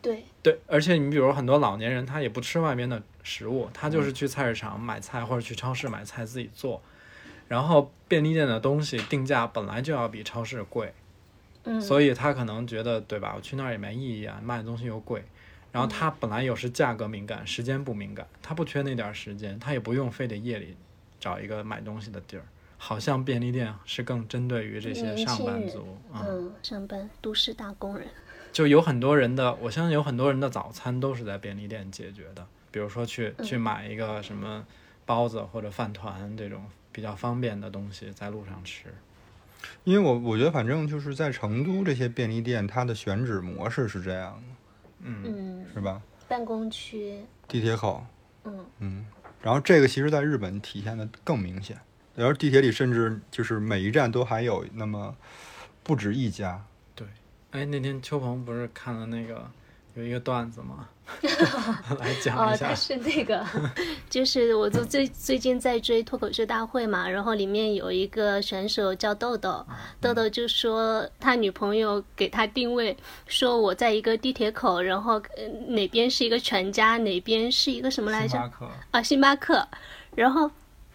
对，对，而且你比如很多老年人，他也不吃外面的食物，他嗯就是去菜市场买菜或者去超市买菜自己做。然后便利店的东西定价本来就要比超市贵，嗯，所以他可能觉得对吧？我去那儿也没意义啊，卖的东西又贵。然后他本来有时价格敏感，时间不敏感，他不缺那点儿时间，他也不用非得夜里找一个买东西的地儿。好像便利店是更针对于这些年轻上班人族啊。嗯，上班都市打工人，就有很多人的，我相信有很多人的早餐都是在便利店解决的，比如说去嗯去买一个什么包子或者饭团这种比较方便的东西，在路上吃。因为我我觉得反正就是在成都这些便利店，它的选址模式是这样的，嗯，是吧？办公区，地铁口，嗯然后这个其实在日本体现的更明显，然后地铁里甚至就是每一站都还有那么不止一家，哎，那天秋鹏不是看了那个有一个段子吗？ 来讲哦一，下他。是那个，就是我就最最近在追脱口秀大会嘛，然后里面有一个选手叫豆豆，豆豆就说他女朋友给他定位，说我在一个地铁口，然后、呃、哪边是一个全家，哪边是一个什么来着？克，啊，星巴克，然后。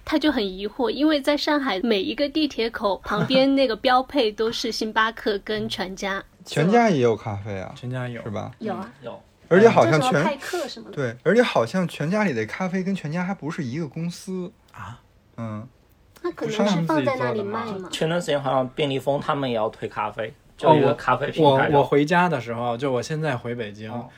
他就很疑惑，因为在上海每一个地铁口 旁边那个标配都是星巴克跟全家，全家也有咖啡啊，全家有是？吧？有啊，有而且好叫像什么派全克什么的，对，而且好像全家里的咖啡跟全家还不是一个公司啊，嗯，那可不能是他是们自放己在做那的里吗卖嘛。前段时间好像便利蜂他们也要推咖啡，哦就一我个咖啡品我牌的。我回家的时候，就我现在回北京，哦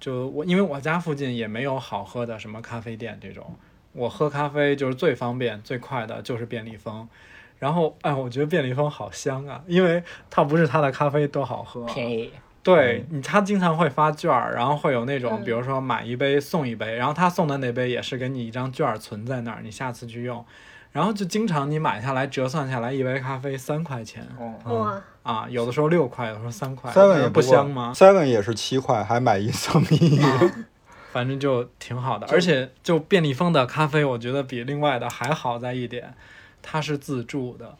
就我因为我家附近也没有好喝的什么咖啡店这种，我喝咖啡就是最方便最快的就是便利蜂。然后，哎，我觉得便利蜂好香啊，因为它不是它的咖啡多好喝啊，便宜，对你，他经常会发券儿，然后会有那种，嗯比如说买一杯送一杯，然后他送的那杯也是给你一张券儿存在那儿，你下次去用。然后就经常你买下来折算下来一杯咖啡三块钱哦哇，啊，有的时候六块，有的时候三块， ，seven 也呃不香吗？啊？seven 也是七块，还买一送一。反正就挺好的，而且就便利蜂的咖啡，我觉得比另外的还好在一点，它是自助的，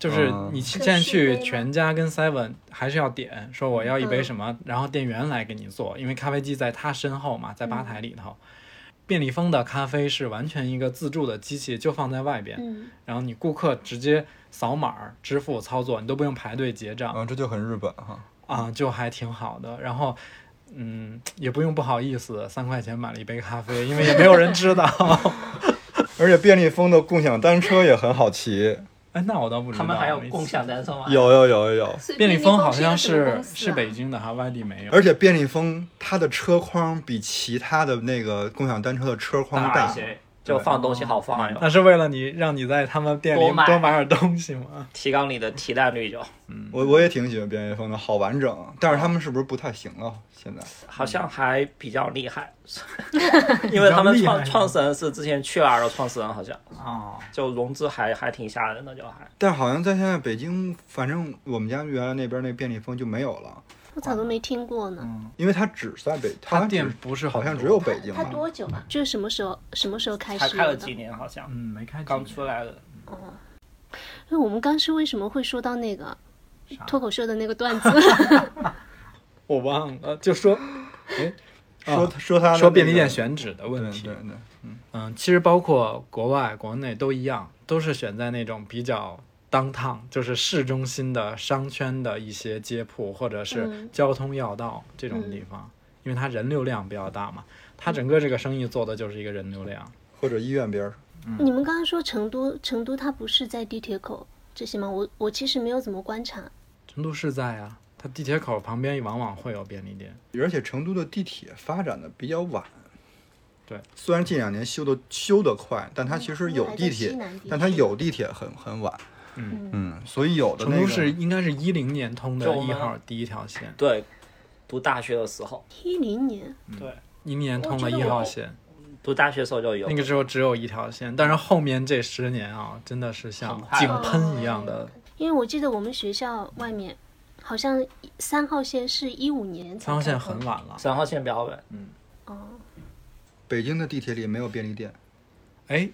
就是嗯你去可现在续杯去吗全家跟 seven 还是要点，说我要一杯嗯什么，然后店员来给你做，因为咖啡机在他身后嘛，嗯在吧台里头。便利蜂的咖啡是完全一个自助的机器，就放在外边，嗯，然后你顾客直接扫码儿支付操作，你都不用排队结账。嗯，这就很日本哈。啊，就还挺好的。然后，嗯，也不用不好意思，三块钱买了一杯咖啡，因为也没有人知道。 而且便利蜂的共享单车也很好骑，哎，那我倒嗯不知道。他们还有没共记享单车吗？有有有有有。所以便利蜂好是一个像什么是公司是啊北京的哈，外地没有。而且便利蜂它的车筐比其他的那个共享单车的车筐大一些，就放东西好放呀，那是为了你让你在他们店里多买多买点东西吗？提高你的提蛋率就。我我也挺喜欢便利蜂的，好完整。但是他们是不是不太行了？现在好像还比较 厉害， 因为他们嗯比较厉害创创始人是之前去 r 的创始人，好像啊、就融资还还挺吓人的，就还但是好像在现在北京，反正我们家原来那边那便利蜂就没有了，我咋都没听过嗯呢？因为它只在北，它好他像只店不是好像很只多有北京它吧。多久啊？就是什么时候什么时候开才始开的了？几年，好像嗯没开几刚年出来的。因为我们刚是为什么会说到那个脱口秀的那个段 子？我忘了，就说说说它的啊说那便利个店选址的问对题。对对，嗯，其实包括国外、国内都一样，都是选在那种比较当趟，就是市中心的商圈的一些街铺或者是嗯交通要道这种地方，因为它人流量比较大嘛，它整个这个生意做的就是一个人流量。或者医院边儿。嗯 你们刚刚说成都，成都它不是在地铁口这些吗？我我其实没有怎么观察。成都市在啊，它地铁口旁边往往会有便利店。而且成都的地铁发展的比较晚。对，虽然近两年修的修得快，但它其实有地铁，嗯还在西南地区但它有地铁很很晚。嗯嗯，所以有的成那都个市应该是一零年通的就我一们号第一条线，对，读大学的时候，一零年，嗯一年通了一号线，读大学的时候就有那个时候只有一条线，但是后面这十年啊，真的是像很快井了喷一样的因为我记得我们学校外面好像三号线是一五年才三号线开哦很通晚了。三号线标本，北京的地铁里没有便利店，哎，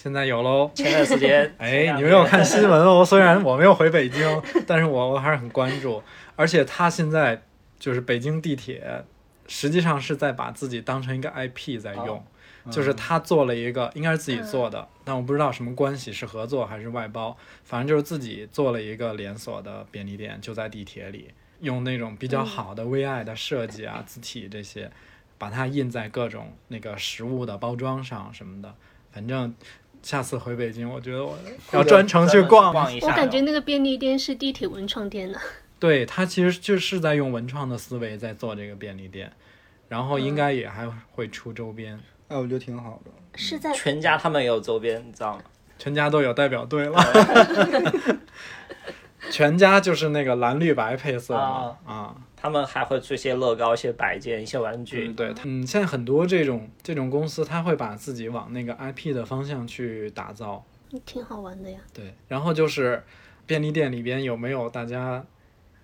现在有喽。前段时 间哎，你们有看新闻哦？虽然我没有回北京， 但是我我还是很关注。而且他现在就是北京地铁，实际上是在把自己当成一个 IP 在用，就是他做了一个，应该是自己做的，但我不知道什么关系是合作还是外包，反正就是自己做了一个连锁的便利店，就在地铁里，用那种比较好的 VI 的设计啊、字体这些，把它印在各种那个食物的包装上什么的，反正。下次回北京，我觉得我要专程去逛逛一下我的，感觉那个便利店是地铁文创店的，对，它其实就是在用文创的思维在做这个便利店，然后应该也还会出周边，哎，我觉得挺好的。是在全家他们也有周边，你知道吗？全家都有代表队了。哦 全家就是那个蓝绿白配色嘛，啊，他们还会出一些乐高、一些摆件、一些玩具，嗯，对，它嗯，现在很多这种这种公司，它会把自己往那个 IP 的方向去打造，挺好玩的呀。对，然后就是便利店里边有没有大家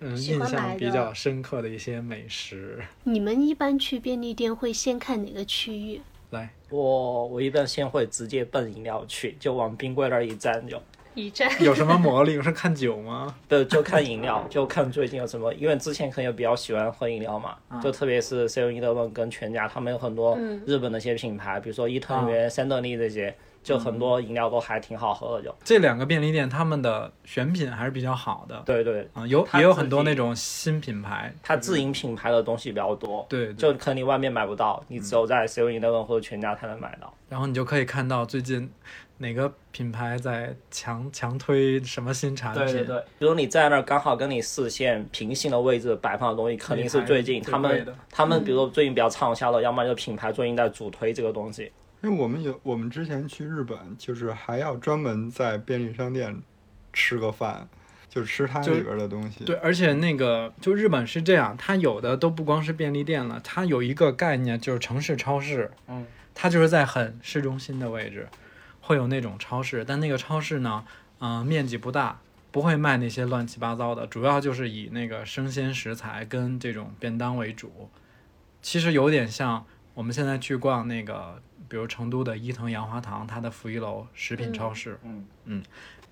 嗯喜印欢买象的比较深刻的一些美食？ 你们一般去便利店会先看哪个区域？来，我我一般先会直接奔饮料去，就往冰柜那儿一站就，一站有什么魔力？是看酒吗？对，就看饮料，就看最近有什么，因为之前可能也比较喜欢喝饮料嘛，啊就特别是 Seven Eleven 跟全家，他们有很多日本的一些品牌，比如说伊藤啊园、三得利这些，就很嗯多饮料都还挺好喝的就，这两个便利店他们的选品还是比较好的，对对，啊，有它也有自很多己那种新品牌，它自营品牌的东西比较多，对，嗯对就可能你外面买不到，你只有在 Seven Eleven 或者全家才能买到。然后你就可以看到最近哪个品牌在强强推什么新产品，对对对，比如你在那儿刚好跟你视线平行的位置摆放的东西，肯定是最近最他贵们的嗯他们比如说最近比较畅销的，要么就品牌最近在主推这个东西。因为我们有我们之前去日本，就是还要专门在便利商店吃个饭，就吃它就里边的东西。对，而且那个就日本是这样，它有的都不光是便利店了，它有一个概念就是城市超市，嗯，它就是在很市中心的位置，会有那种超市，但那个超市呢，嗯、面积不大，不会卖那些乱七八糟的，主要就是以那个生鲜食材跟这种便当为主，其实有点像我们现在去逛那个，比如成都的伊藤洋华堂，它的负一楼食品超市，嗯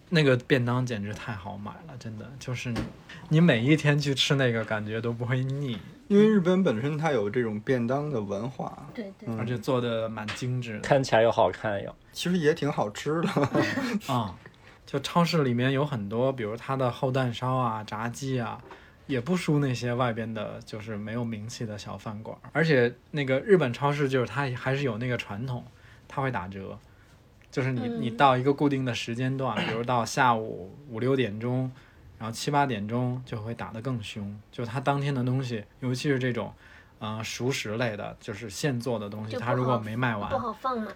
那个便当简直太好买了，真的就是你，你每一天去吃那个，感觉都不会腻，因为日本本身它有这种便当的文化，对对，而且做的蛮精致的看起来又好看又，其实也挺好吃的。啊、就超市里面有很多，比如它的厚蛋烧啊、炸鸡啊，也不输那些外边的，就是没有名气的小饭馆儿。而且那个日本超市就是它还是有那个传统，它会打折，就是你嗯你到一个固定的时间段，比如到下午五六点钟，然后七八点钟就会打得更凶，就它当天的东西，尤其是这种。呃，熟食类的，就是现做的东西，就它不如果好没卖完不，好放嘛。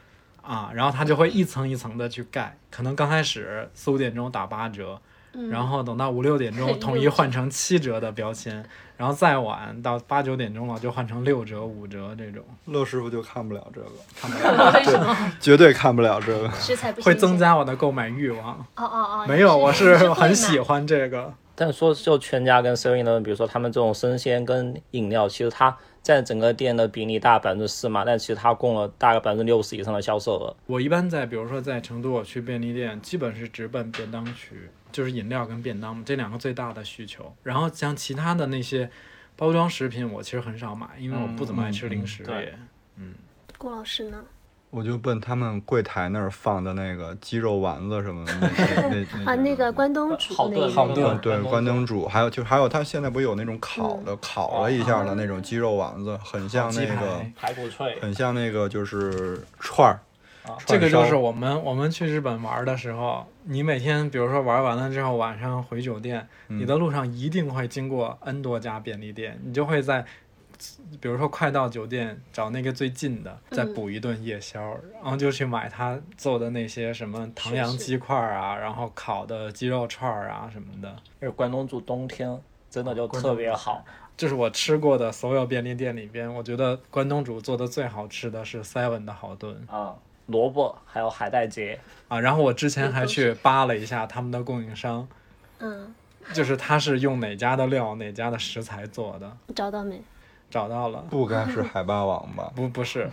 啊，然后它就会一层一层的去盖，可能刚开始四五点钟打八折，嗯，然后等到五六点六钟统一换成七折的标签，然后再晚到八九点钟了就换成六折、五折这种，乐师傅就看不了这个，为什么绝对看不了这个。 食材不会新增鲜？加我的购买欲望。哦哦哦，没有， 我是很喜欢。欢这个。但说就全家跟 Seven 的，比如说他们这种生鲜跟饮料，其实它占整个店的比例大百分之四嘛，但其实它供了大概百分之六十以上的销售额。我一般在比如说在成都，我去便利店，基本是直奔便当区，就是饮料跟便当嘛，这两个最大的需求。然后像其他的那些包装食品，我其实很少买，因为我不怎么爱吃零食嗯对也。郭老师呢？我就奔他们柜台那儿放的那个鸡肉丸子什么的，那那那 啊，那个关东煮那嗯一好类炖的好嗯对关东煮，还有就还有他现在不是有那种烤的，烤了一下的那种鸡肉丸子，很像那哦鸡个排，排骨脆很像那个就是串儿。啊这个就串是烧我们我们去日本玩的时候，你每天比如说玩完了之后，晚上回酒店，嗯你的路上一定会经过 N 多家便利店，你就会在，比如说快到酒店找那个最近的，嗯再补一顿夜宵，然后就去买他做的那些什么唐扬是是鸡块儿啊，然后烤的鸡肉串儿啊什么的，因为关东煮冬天真的就关特东别好，这是我吃过的所有便利店里边，我觉得关东煮做的最好吃的是 Seven 的好炖。啊、萝卜还有海带结，啊，然后我之前还去扒了一下他们的供应商，嗯，就是他是用哪家的料、哪家的食材做的，找到没？找到了。不该是海霸王 吧？不，不是，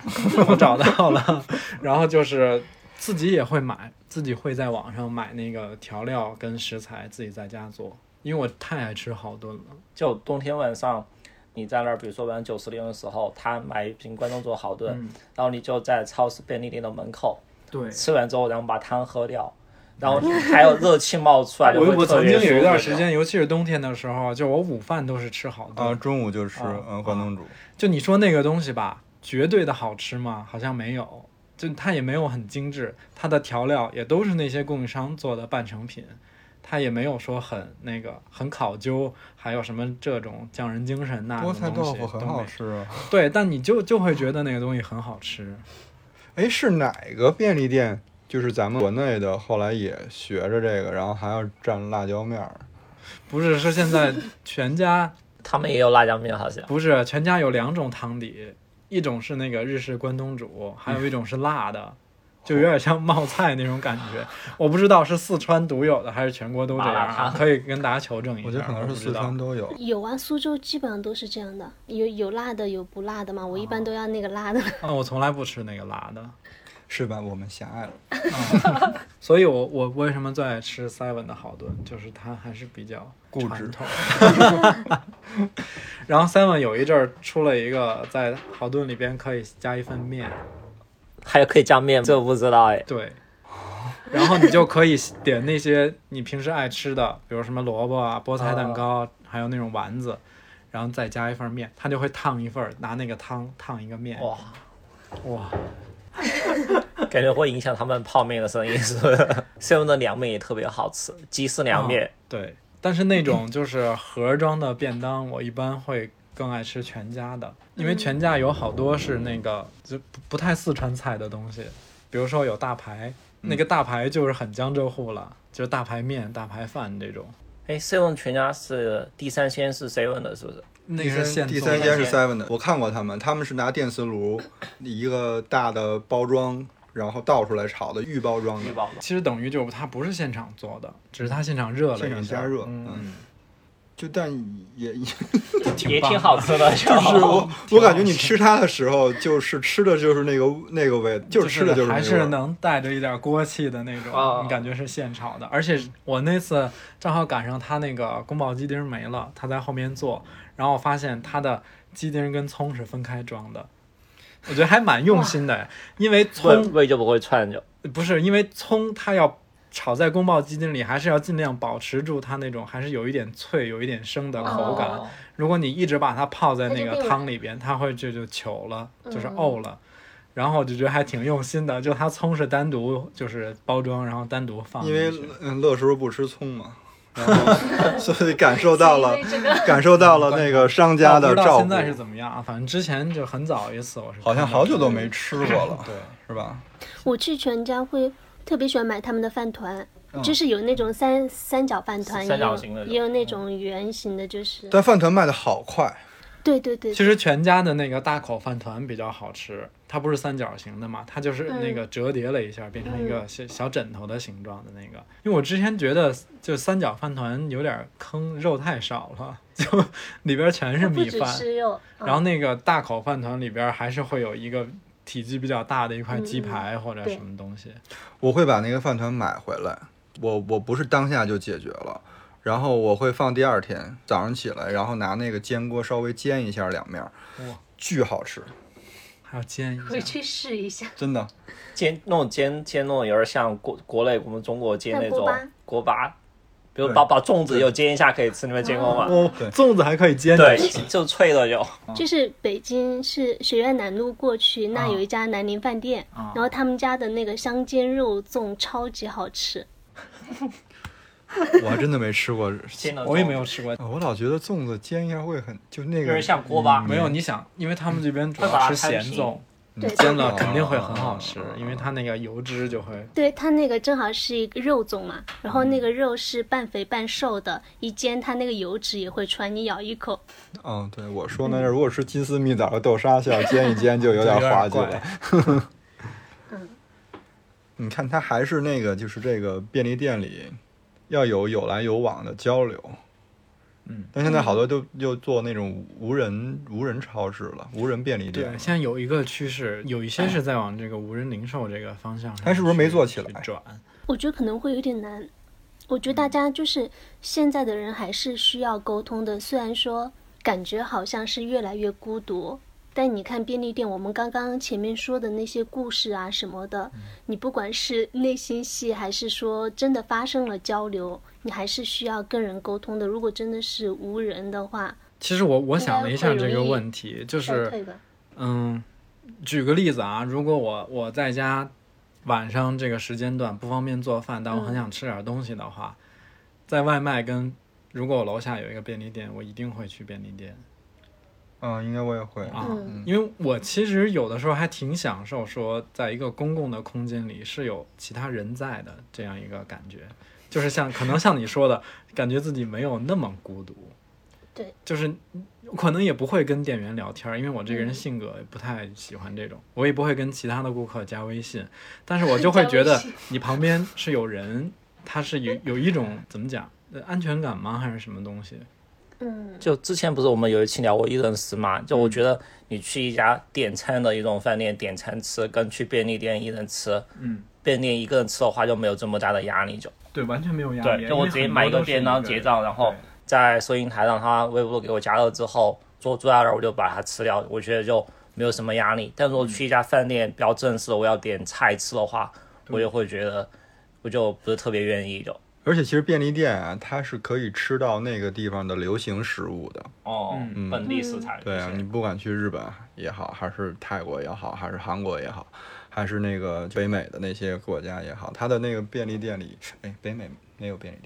我找到了，然后就是自己也会买，自己会在网上买那个调料跟食材，自己在家做，因为我太爱吃好炖了。就冬天晚上，你在那儿，比如说晚上九十点的时候，他买一瓶关东煮好嗯炖，然后你就在超市便利店的门口对，吃完之后，然后把汤喝掉，然后还有热气冒出来，就我会我特曾别经有一段舒服时，间，尤其是冬天的时候，就我午饭都是吃好炖。啊，中午就吃哦嗯关东煮，就你说那个东西吧，绝对的好吃吗？好像没有，就它也没有很精致，它的调料也都是那些供应商做的半成品，它也没有说很那个很考究，还有什么这种匠人精神呐、菠菜的豆哦东西都腐很没好有。吃啊。对，但你就就会觉得那个东西很好吃。哎，是哪个便利店？就是咱们国内的，后来也学着这个，然后还要蘸辣椒面儿。不是，是现在全家他们也有辣椒面好像。不是全家有两种汤底，一种是那个日式关东煮，还有一种是辣的，就有点像冒菜那种感 觉。我不知道是四川独有的还是全国都这样、麻辣啊烫，可以跟大家求证一下。我觉得可能嗯不是知四道川都有。有啊，苏州基本上都是这样的，有有辣的，有不辣的嘛。我一般都要那个辣的。 嗯，我从来不吃那个辣的，是吧？我们狭隘了。所以我我为什么最爱吃 seven 的好炖，就是它还是比较固执传统。 然后 seven 有一阵儿出了一个在好炖里边可以加一份面，还有可以加面，这我不知道哎。对，然后你就可以点那些你平时爱吃的，比如什么萝卜啊、菠菜蛋糕，还有那种丸子，然后再加一份面，他就会烫一份儿，拿那个汤烫一个面。哇，哇感觉会影响他们泡面的生意，是不是？ 现在的凉面也特别好吃，鸡丝凉面。对，但是那种就是盒装的便当，我一般会更爱吃全家的，因为全家有好多是那个就不不太四川菜的东西，比如说有大排，那个大排就是很江浙沪了，就是大排面、大排饭这种。哎，seven 全家是第三鲜是 seven 的，是不是？那第个是现三第做三的间是 Seven 的，我看过他们，他们是拿电磁炉一个大的包装，然后倒出来炒的预包装的预，报的。其实等于就它不是现场做的，只是它现场热了一下，现场加热，嗯，就但也也也棒挺好吃的， 哦就就是我我感觉你吃它的时候，就是吃的就是那个那个味，就是吃的就是还那个是味儿。能带着一点锅气的那种，啊你感觉是现炒的。而且我那次正好赶上他那个宫保鸡丁没了，他在后面做，然后我发现他的鸡丁跟葱是分开装的，我觉得还蛮用心的，哎因为 味葱味就不会串就。不是因为葱它要。炒在宫保鸡丁里，还是要尽量保持住它那种，还是有一点脆、有一点生的口感。哦如果你一直把它泡在它那就个变汤里边，它会就就球了，就是嗯沤了。然后我就觉得还挺用心的，就它葱是单独就是包装，然后单独放因进为去。嗯乐叔不吃葱 嘛，然后所以感受到了所以这个感受到了那个商家我不的知照道顾。现在是怎么样啊？反正之前就很早一次，我是好像看到好久的都没吃过了，对，是吧？我去全家会特别喜欢买他们的饭团，就是有那种三三角饭团，三也角有形那种也有那种圆形的，就是但饭团卖的好快，对对对，其实全家的那个大口饭团比较好吃，它不是三角形的嘛，它就是嗯那个折叠了一下，变成一个小小枕头的形状的那个。因为我之前觉得就三角饭团有点坑，肉太少了，就里边全是它不米只嗯饭。嗯吃肉，然后那个大口饭团里边儿还是会有一个体积比较大的一块鸡排或者嗯对什么东西，我会把那个饭团买回来，我我不是当下就解决了，然后我会放第二天早上起来，然后拿那个煎锅稍微煎一下两面儿哇，巨好吃，还要煎一回下。去试一下。真的。煎那种煎煎那种有点像国国内我们中国煎那像锅种巴锅巴，比如对把把粽子又煎一下可以吃，你们煎过吗？哦对，粽子还可以煎对的，，就脆的就。 就是北京是学院南路过去，那有一家南宁饭店，然后他们家的那个香煎肉粽超级好吃， 我还真的没吃过，煎的我也没有吃过。嗯啊我老觉得粽子煎一下会很，就那嗯有个点像锅巴，没有，你想，因为他们这边主会把要它吃咸摊平粽，对煎的了肯定会很好吃，因为它那个油脂就会。对它那个正好是一个肉粽嘛，然后嗯那个肉是半肥半瘦的，一煎它那个油脂也会出来，你咬一口，嗯，对，我说呢，如果是金丝蜜枣和豆沙馅儿煎一煎，就有点滑稽有点了。你看，它还是那个，就是这个便利店里要有有来有往的交流。嗯，但现在好多都又做那种无人无人超市了，无人便利对店，了。现在有一个趋势，有一些是在往这个无人零售这个方向上去，它是不是没做起去来转？我觉得可能会有点难。我觉得嗯大家就是现在的人还是需要沟通的，虽然说感觉好像是越来越孤独，但你看便利店，我们刚刚前面说的那些故事啊什么的，嗯你不管是内心戏还是说真的发生了交流，你还是需要跟人沟通的。如果真的是无人的话，其实我我想了一下应该会这个容易问题，就衰是退吧。嗯，举个例子啊，如果我我在家晚上这个时间段不方便做饭，但我很想吃点东西的话，在外卖跟如果我楼下有一个便利店，我一定会去便利店嗯，应该我也会。啊，嗯因为我其实有的时候还挺享受说，在一个公共的空间里是有其他人在的这样一个感觉，就是像可能像你说的，感觉自己没有那么孤独。对，就是可能也不会跟店员聊天儿，因为我这个人性格不太喜欢这种，我也不会跟其他的顾客加微信，但是我就会加微觉得信你旁边是有人，他是有有一种怎么讲呃安全感吗？还是什么东西？嗯，就之前不是我们有一期聊过一人食嘛？就我觉得你去一家点餐的一种饭店点餐吃，跟去便利店一人吃，嗯，便利店一个人吃的话就没有这么大的压力就。对，完全没有压力。对，就我直接买一个便当结账，然后在收银台让他微波炉给我加热之后，做做到那儿我就把它吃掉，我觉得就没有什么压力。但如果去一家饭店比较正式的，我要点菜吃的话，我就会觉得我就不是特别愿意就。而且其实便利店啊，它是可以吃到那个地方的流行食物的。哦，嗯本地食材这对啊，些你不管去日本也好，还是泰国也好，还是韩国也好，还是那个北美的那些国家也好，它的那个便利店里，哎，北美没有便利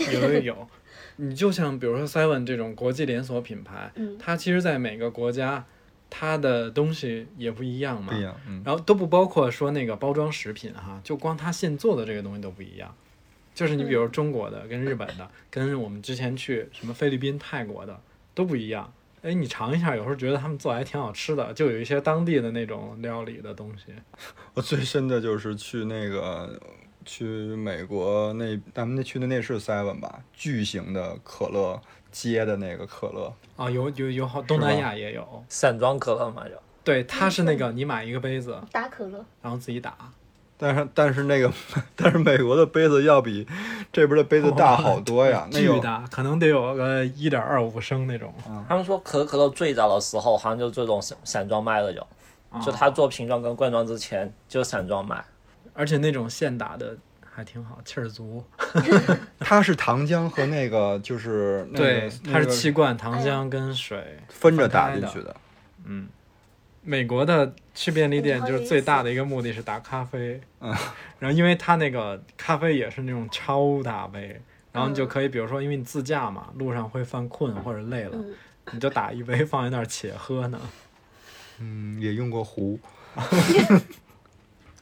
店，有有有，你就像比如说 Seven 这种国际连锁品牌，嗯它其实在每个国家，它的东西也不一样嘛。不一样，嗯，然后都不包括说那个包装食品哈，就光它现做的这个东西都不一样。就是你比如中国的跟日本的，跟我们之前去什么菲律宾、泰国的都不一样。哎，你尝一下，有时候觉得他们做的还挺好吃的，就有一些当地的那种料理的东西。我最深的就是去那个去美国那咱们那去的那是 Seven 吧，巨型的可乐接的那个可乐，啊，有有有好，东南亚也有，散装可乐嘛就。对，它是那个你买一个杯子，打可乐，然后自己打，但是但是那个 但是美国的杯子要比这边的杯子大好多呀，那哦巨有嗯大，可能得有个一点二五升那种。他们说可口可乐最早的时候好像就这种散散装卖的就，哦就他做瓶装跟罐装之前就散装卖。而且那种现打的还挺好，气儿足。它是糖浆和那个就是那个对，它那是个气罐糖浆跟水。分着打分开进的去的，嗯，美国的去便利店嗯就是最大的一个目的是打咖啡，嗯，然后因为它那个咖啡也是那种超大杯，然后你就可以比如说因为你自驾嘛，路上会犯困或者累了，嗯你就打一杯放在那儿且喝呢。嗯，也用过壶。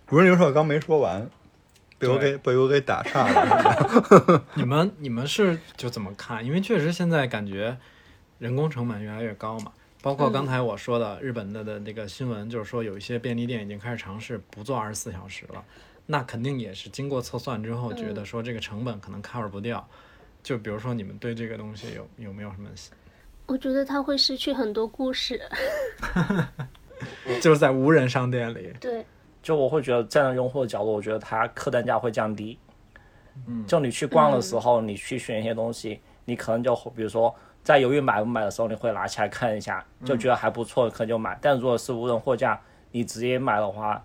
不是刘少刚没说完，被我给被我给打岔了。你们你们是就怎么看？因为确实现在感觉人工成本越来越高嘛，包括刚才我说的日本的的那个新闻，就是说有一些便利店已经开始尝试不做二十四小时了，那肯定也是经过测算之后觉得说这个成本可能 cover 不掉。就比如说你们对这个东西有有没有什么，我觉得他会失去很多故事。就是在无人商店里，对，就我会觉得站在用户的角度，我觉得它客单价会降低。嗯，就你去逛的时候，你去选一些东西，你可能就比如说在犹豫买不买的时候，你会拿起来看一下，嗯就觉得还不错，可能就买。但如果是无人货架，你直接买的话，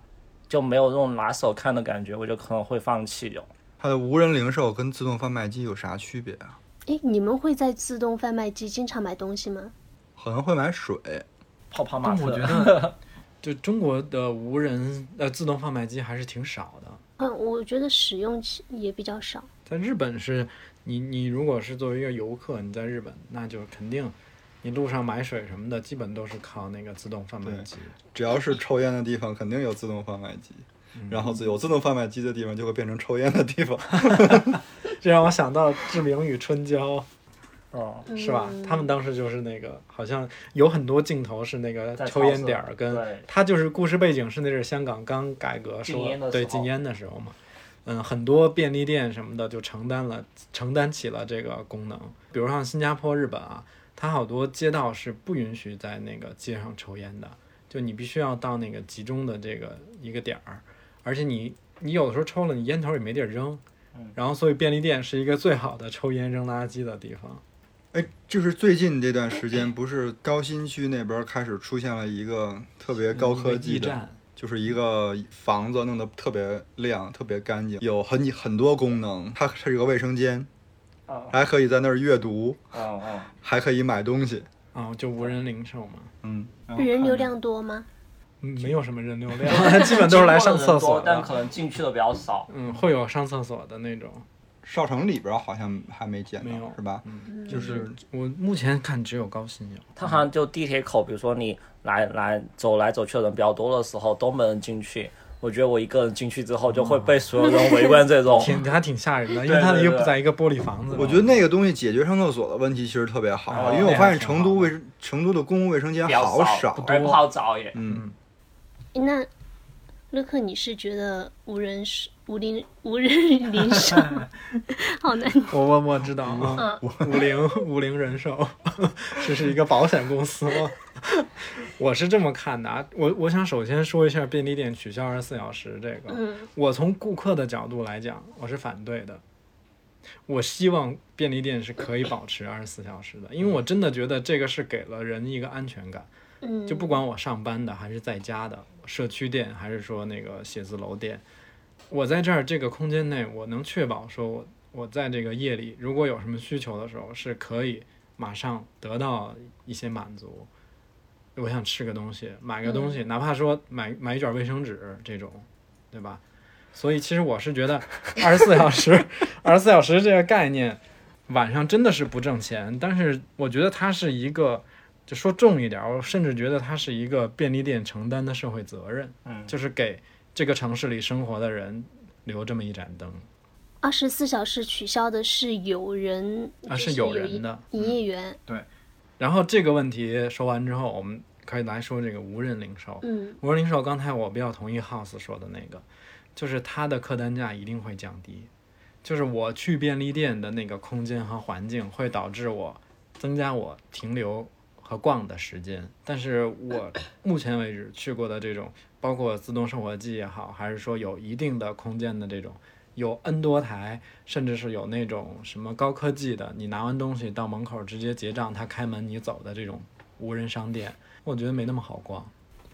就没有那种拿手看的感觉，我就可能会放弃就。它的无人零售跟自动贩卖机有啥区别啊？哎，你们会在自动贩卖机经常买东西吗？好像会买水，泡泡玛但我特觉，得就中国的无人呃自动贩卖机还是挺少的。嗯，我觉得使用起也比较少。在日本是，你你如果是作为一个游客，你在日本，那就肯定，你路上买水什么的，基本都是靠那个自动贩卖机。只要是抽烟的地方，肯定有自动贩卖机。嗯然后有自动贩卖机的地方，就会变成抽烟的 地方。这让我想到《志明与春娇 嗯，》，是吧？他们当时就是那个，好像有很多镜头是那个在抽烟点儿，超市跟对他就是故事背景是那阵儿香港刚改革禁说烟的对时候禁烟的时候嘛。嗯，很多便利店什么的就承担了承担起了这个功能，比如像新加坡、日本啊，它好多街道是不允许在那个街上抽烟的，就你必须要到那个集中的这个一个点儿，而且你你有的时候抽了，你烟头也没地儿扔，嗯然后所以便利店是一个最好的抽烟扔垃圾的地方。哎，就是最近这段时间，不是高新区那边开始出现了一个特别高科技驿的，站，就是一个房子弄得特别亮、特别干净，有很很多功能。它是一个卫生间，嗯哦还可以在那儿阅读，嗯嗯，还可以买东西。啊、就无人零售嘛，嗯，人流量多吗？嗯没有什么人 流量，基本 都是来上厕所但的。可能进去的比较少。嗯，会有上厕所的那种。少城里边好像还没见没有到，是吧？嗯就是我目前看只有高 新有，它好像就地铁口，比如说你来来走来走去的人比较多的时候，都没人进去。我觉得我一个人进去之后，就会被所有人围观 这种。挺还挺吓人的，因为对它对又对不在一个玻璃房子里。我觉得那个东西解决上厕所的问题其实特别好，啊哦因为我发现那样挺好成都卫成都的公共卫生间比较好少少，而不好找也。嗯，诶那乐克，你是觉得无人是无零无人 零售，好难听。我我我知道嗯嗯啊，五菱五菱人寿，这 是一个保险公司吗？ 我是这么看的啊，我我想首先说一下便利店取消二十四小时这个，嗯我从顾客的角度来讲，我是反对的。我希望便利店是可以保持二十四小时的，因为我真的觉得这个是给了人一个安全感。嗯，就不管我上班的还是在家的社区店，还是说那个写字楼店，我在这儿这个空间内，我能确保说我我在这个夜里如果有什么需求的时候，是可以马上得到一些满足。我想吃个东西，买个东西，哪怕说买买一卷卫生纸这种，对吧？所以其实我是觉得二十四小时，二十四小时这个概念，晚上真的是不挣钱，但是我觉得它是一个。就说重一点儿，我甚至觉得它是一个便利店承担的社会责任，嗯就是给这个城市里生活的人留这么一盏灯。二十四小时取消的是有人啊就是有人的嗯营营业员，然后这个问题说完之后，我们可以来说这个无人零售。嗯无人零售，刚才我比较同意 House 说的那个，就是它的客单价一定会降低，就是我去便利店的那个空间和环境会导致我增加我停留和逛的时间。但是我目前为止去过的这种，包括自动售货机也好，还是说有一定的空间的这种。有 N 多台，甚至是有那种什么高科技的，你拿完东西到门口直接结账，他开门你走的这种无人商店，我觉得没那么好逛。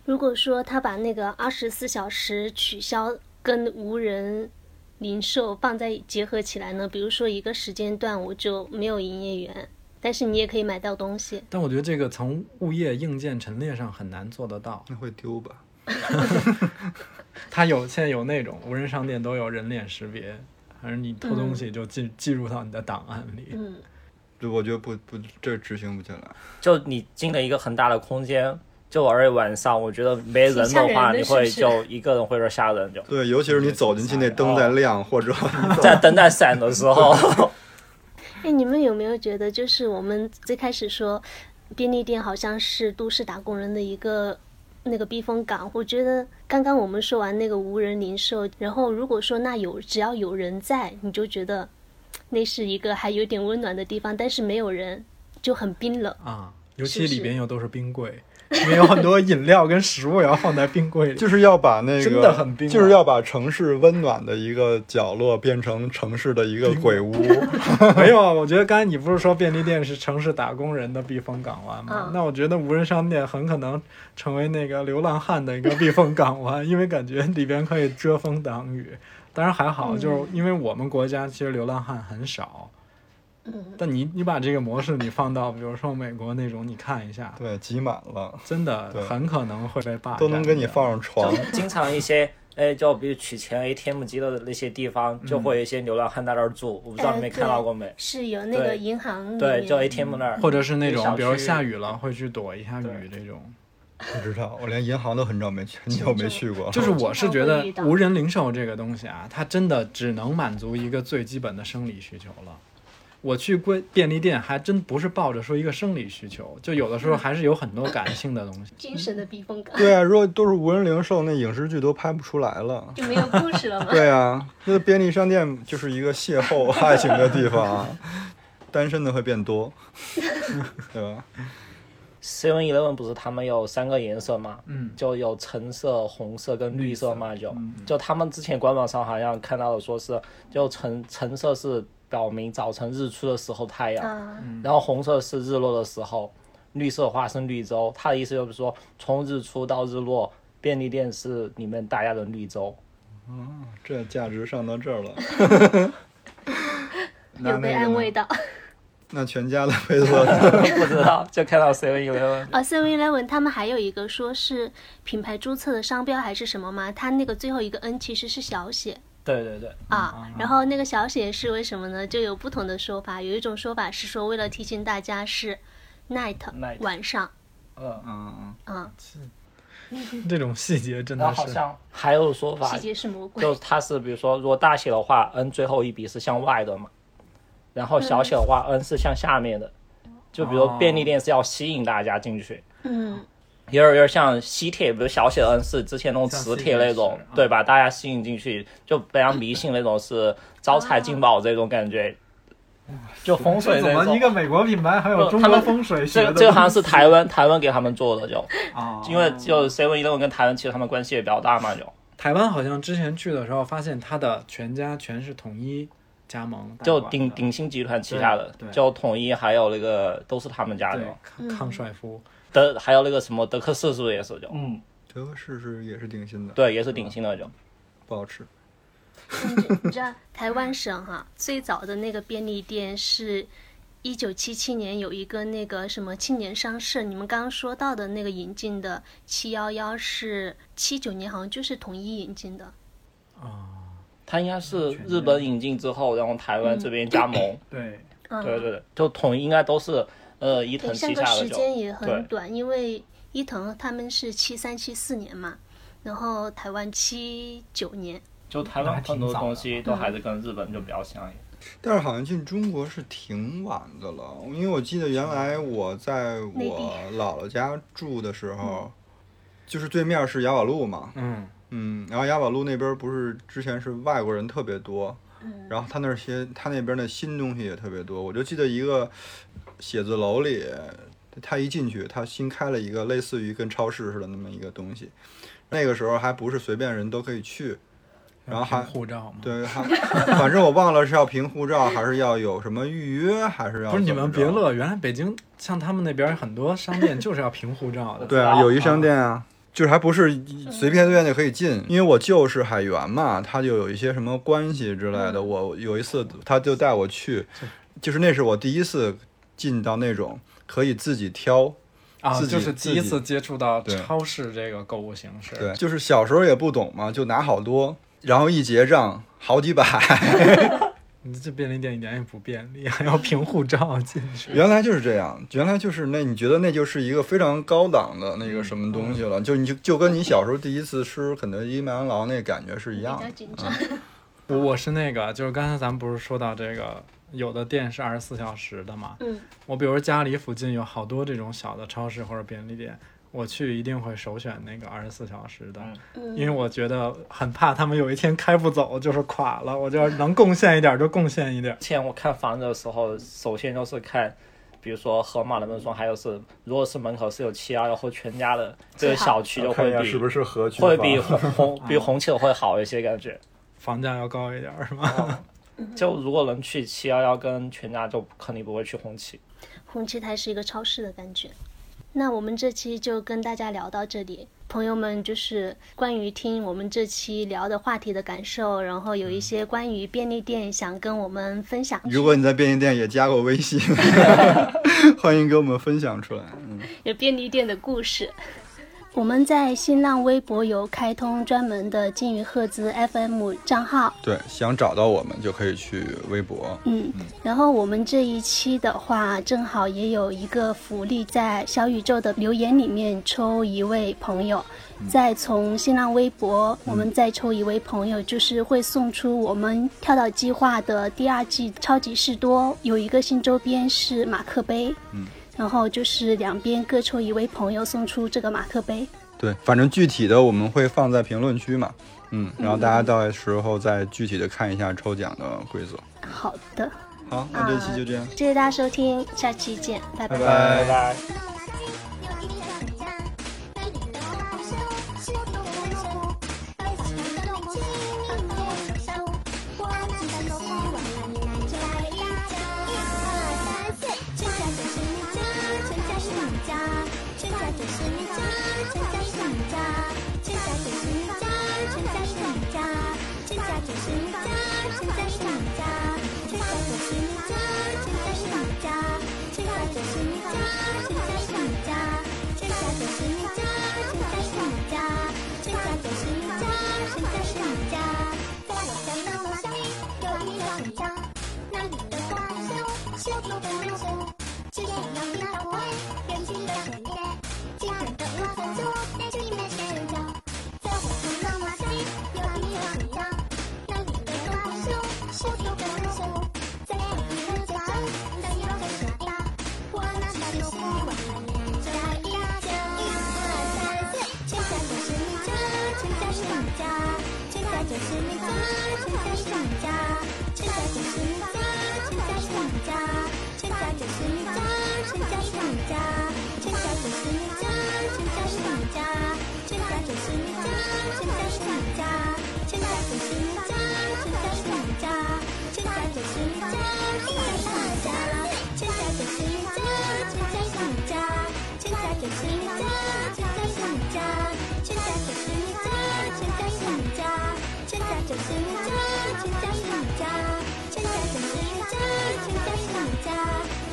如果说他把那个二十四小时取消跟无人零售放在结合起来呢，比如说一个时间段我就没有营业员，但是你也可以买到东西。但我觉得这个从物业硬件陈列上很难做得到。哎那会丢吧？它有现在有那种无人商店都有人脸识别，反正你偷东西就进、记录到你的档案里。嗯，这我觉得不不，这执行不进来。就你进了一个很大的空间，就而且晚上我觉得没人挺吓的人话，的你是不会是就一个人会有点吓 人，就对，尤其是你走进去那灯哦在亮，或 者在灯在闪的 时候，哎，你们有没有觉得，就是我们最开始说，便利店好像是都市打工人的一个那个避风港？我觉得刚刚我们说完那个无人零售，然后如果说那有只要有人在，你就觉得那是一个还有点温暖的地方，但是没有人就很冰冷。啊，尤其是是里边又都是冰柜，里面有很多饮料跟食物也要放在冰柜里。就是要把那个，真的很冰啊就是要把城市温暖的一个角落变成城市的一个鬼屋。 没有啊，我觉得刚才你不是说便利店是城市打工人的避风港湾吗？嗯那我觉得无人商店很可能成为那个流浪汉的一个避风港湾， 因为感觉里边可以遮风挡雨。当然还好，就是因为我们国家其实流浪汉很少。嗯，但你你把这个模式你放到比如说美国那种，你看一下，对，挤满了，真的对很可能会被霸占都能给你掉放上床就。经常一些。哎，就比如取钱 ATM 机的那些地方，嗯就会有一些流浪汉在那儿住，我不知道你们哎看到对过没？是有那个对银行里对，就面 ATM 那儿，或者是那小种区比如下雨了会去躲一下雨这种。不知道，我连银行都很久没去，很久没去过。就是我是觉得经常会遇到无人零售这个东西啊，它真的只能满足一个最基本的生理需求了。我去贵便利店还真不是抱着说一个生理需求，就有的时候还是有很多感性的东西。精神的避风港， 对啊，如果都是无人零售，那影视剧都拍不出来了。就没有故事 了吗？对啊，那便利商店就是一个邂逅爱情的地方啊， 单身的会变多， 对吧？ Seven Eleven 不是他们有三个颜色嘛？嗯，就有橙色、红色跟绿色嗯嘛？就、就他们之前官网上好像看到的，说是就橙橙色是表明早晨日出的时候太阳，啊，然后红色是日落的时候，绿色的话是绿洲。他的意思就是说，从日出到日落，便利店是你们大家的绿洲。 这价值上到这儿了。 那有被那个安呢慰到。 那全家的配色，不知道，就看到 Seven Eleven 啊，Seven Eleven 他们还有一个说是品牌注册的商标还是什么吗？它那个最后一个 N 其实是小写对对对，啊，然后那个小写是为什么呢？就有不同的说法，有一种说法是说为了提醒大家是 night, Night 晚上，嗯。嗯，嗯，这种细节真然的后好是，像还有说法细节是魔鬼。就它是比如说，如果大写的话，n 最后一笔是向外的嘛，然后小写的话，n 是向下面的。就比如哦便利店是要吸引大家进去，嗯，也有点像吸铁，比如小写的 n 是之前那种像磁吸铁铁那种石啊，对，把大家吸引进去，就非常迷信那种是招财进宝这种感觉，啊就风 水那种。美国品牌还有中国风水这个这个好像是台湾台湾给他们做的，就啊因为就 Seven Eleven 跟台湾其实他们关系也比较大嘛，就台湾好像之前去的时候发现它的全家全是统一加盟，就大鼎馆的鼎鑫集团旗下的对对，就统一还有那个都是他们家的对康康帅夫，德，还有那个什么德克士是不是也是就？嗯，德克士是也是定心的，对，也是鼎鑫的就。不好吃。你知你知道台湾省哈、最早的那个便利店是。一九七七年有一个那个什么青年商社，你们刚刚说到的那个引进的七幺幺是七九年，好像就是统一引进的。它应该是日本引进之后，然后台湾这边加盟。对，嗯，对对对，就统一应该都是呃伊藤对，旗上下课的时就。间也很对短，因为伊藤他们是七三七四年嘛，然后台湾七九年，就台湾很多东西都还是跟日本就比较像一点。但是好像进中国是挺晚的了，因为我记得原来我在内嗯我姥姥家住的时候，就是对面是雅宝路嘛，嗯，嗯，然后雅宝路那边不是之前是外国人特别多，然后他那些他那边的新东西也特别多，我就记得一个写字楼里，他一进去，他新开了一个类似于跟超市似的那么一个东西，那个时候还不是随便人都可以去，然后还凭护照嘛。对，还 反正我忘了是要凭护照，还是要有什么预约，还是要不是你怎么们着别。乐，原来北京像他们那边很多商店就是要凭护照的。对啊，友谊商店啊，嗯就是还不是随便随便就可以进，因为我舅是海员嘛，他就有一些什么关系之类的。我有一次他就带我去，嗯就是那是我第一次进到那种可以自己挑啊，自己就是第一自次接触到对超市这个购物形式。对，就是小时候也不懂嘛，就拿好多，然后一结账好 几百，你这便利店一点也不便利，还要凭护照进去。原来就是这样，原来就是那你觉得那就是一个非常高档的那个什么东西了，就你就就跟你小时候第一次吃肯德基、麦当劳那感觉是一比样较的。紧张。我我是那个，就是刚才咱们不是说到这个，有的店是二十四小时的嘛。嗯，我比如家里附近有好多这种小的超市或者便利店，我去一定会首选那个二十四小时的，嗯因为我觉得很怕他们有一天开不走，就是垮了。我就要能贡献一点就贡献一点。之前我看房子的时候，首先就是看，比如说盒马的门窗，还有是如果是门口是有七幺幺或全家的这个小区，就会比是合区会比红红比红旗会好一些感觉。房价要高一点是吗？就如果能去七幺幺跟全家，就肯定不会去红旗。红旗台是一个超市的感觉。那我们这期就跟大家聊到这里，朋友们，就是关于听我们这期聊的话题的感受，然后有一些关于便利店想跟我们分享，如果你在便利店也加过微信， 欢迎给我们分享出来。嗯，有便利店的故事。我们在新浪微博有开通专门的金鱼赫兹 FM 账号，对，想找到我们就可以去微博。嗯，然后我们这一期的话，正好也有一个福利，在小宇宙的留言里面抽一位朋友，再从新浪微博我们再抽一位朋友，就是会送出我们跳岛计划的第二季超级士多有一个新周边是马克杯，嗯，然后就是两边各抽一位朋友送出这个马克杯。对，反正具体的我们会放在评论区嘛。嗯，然后大家到时候再具体的看一下抽奖的规则。好的，好，那这期就这样，谢谢大家收听，下期见，拜拜。拜拜拜拜。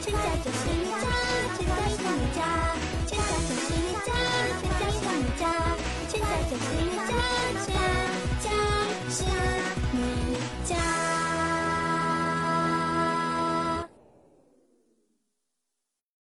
现在就是一家，现在就是一家，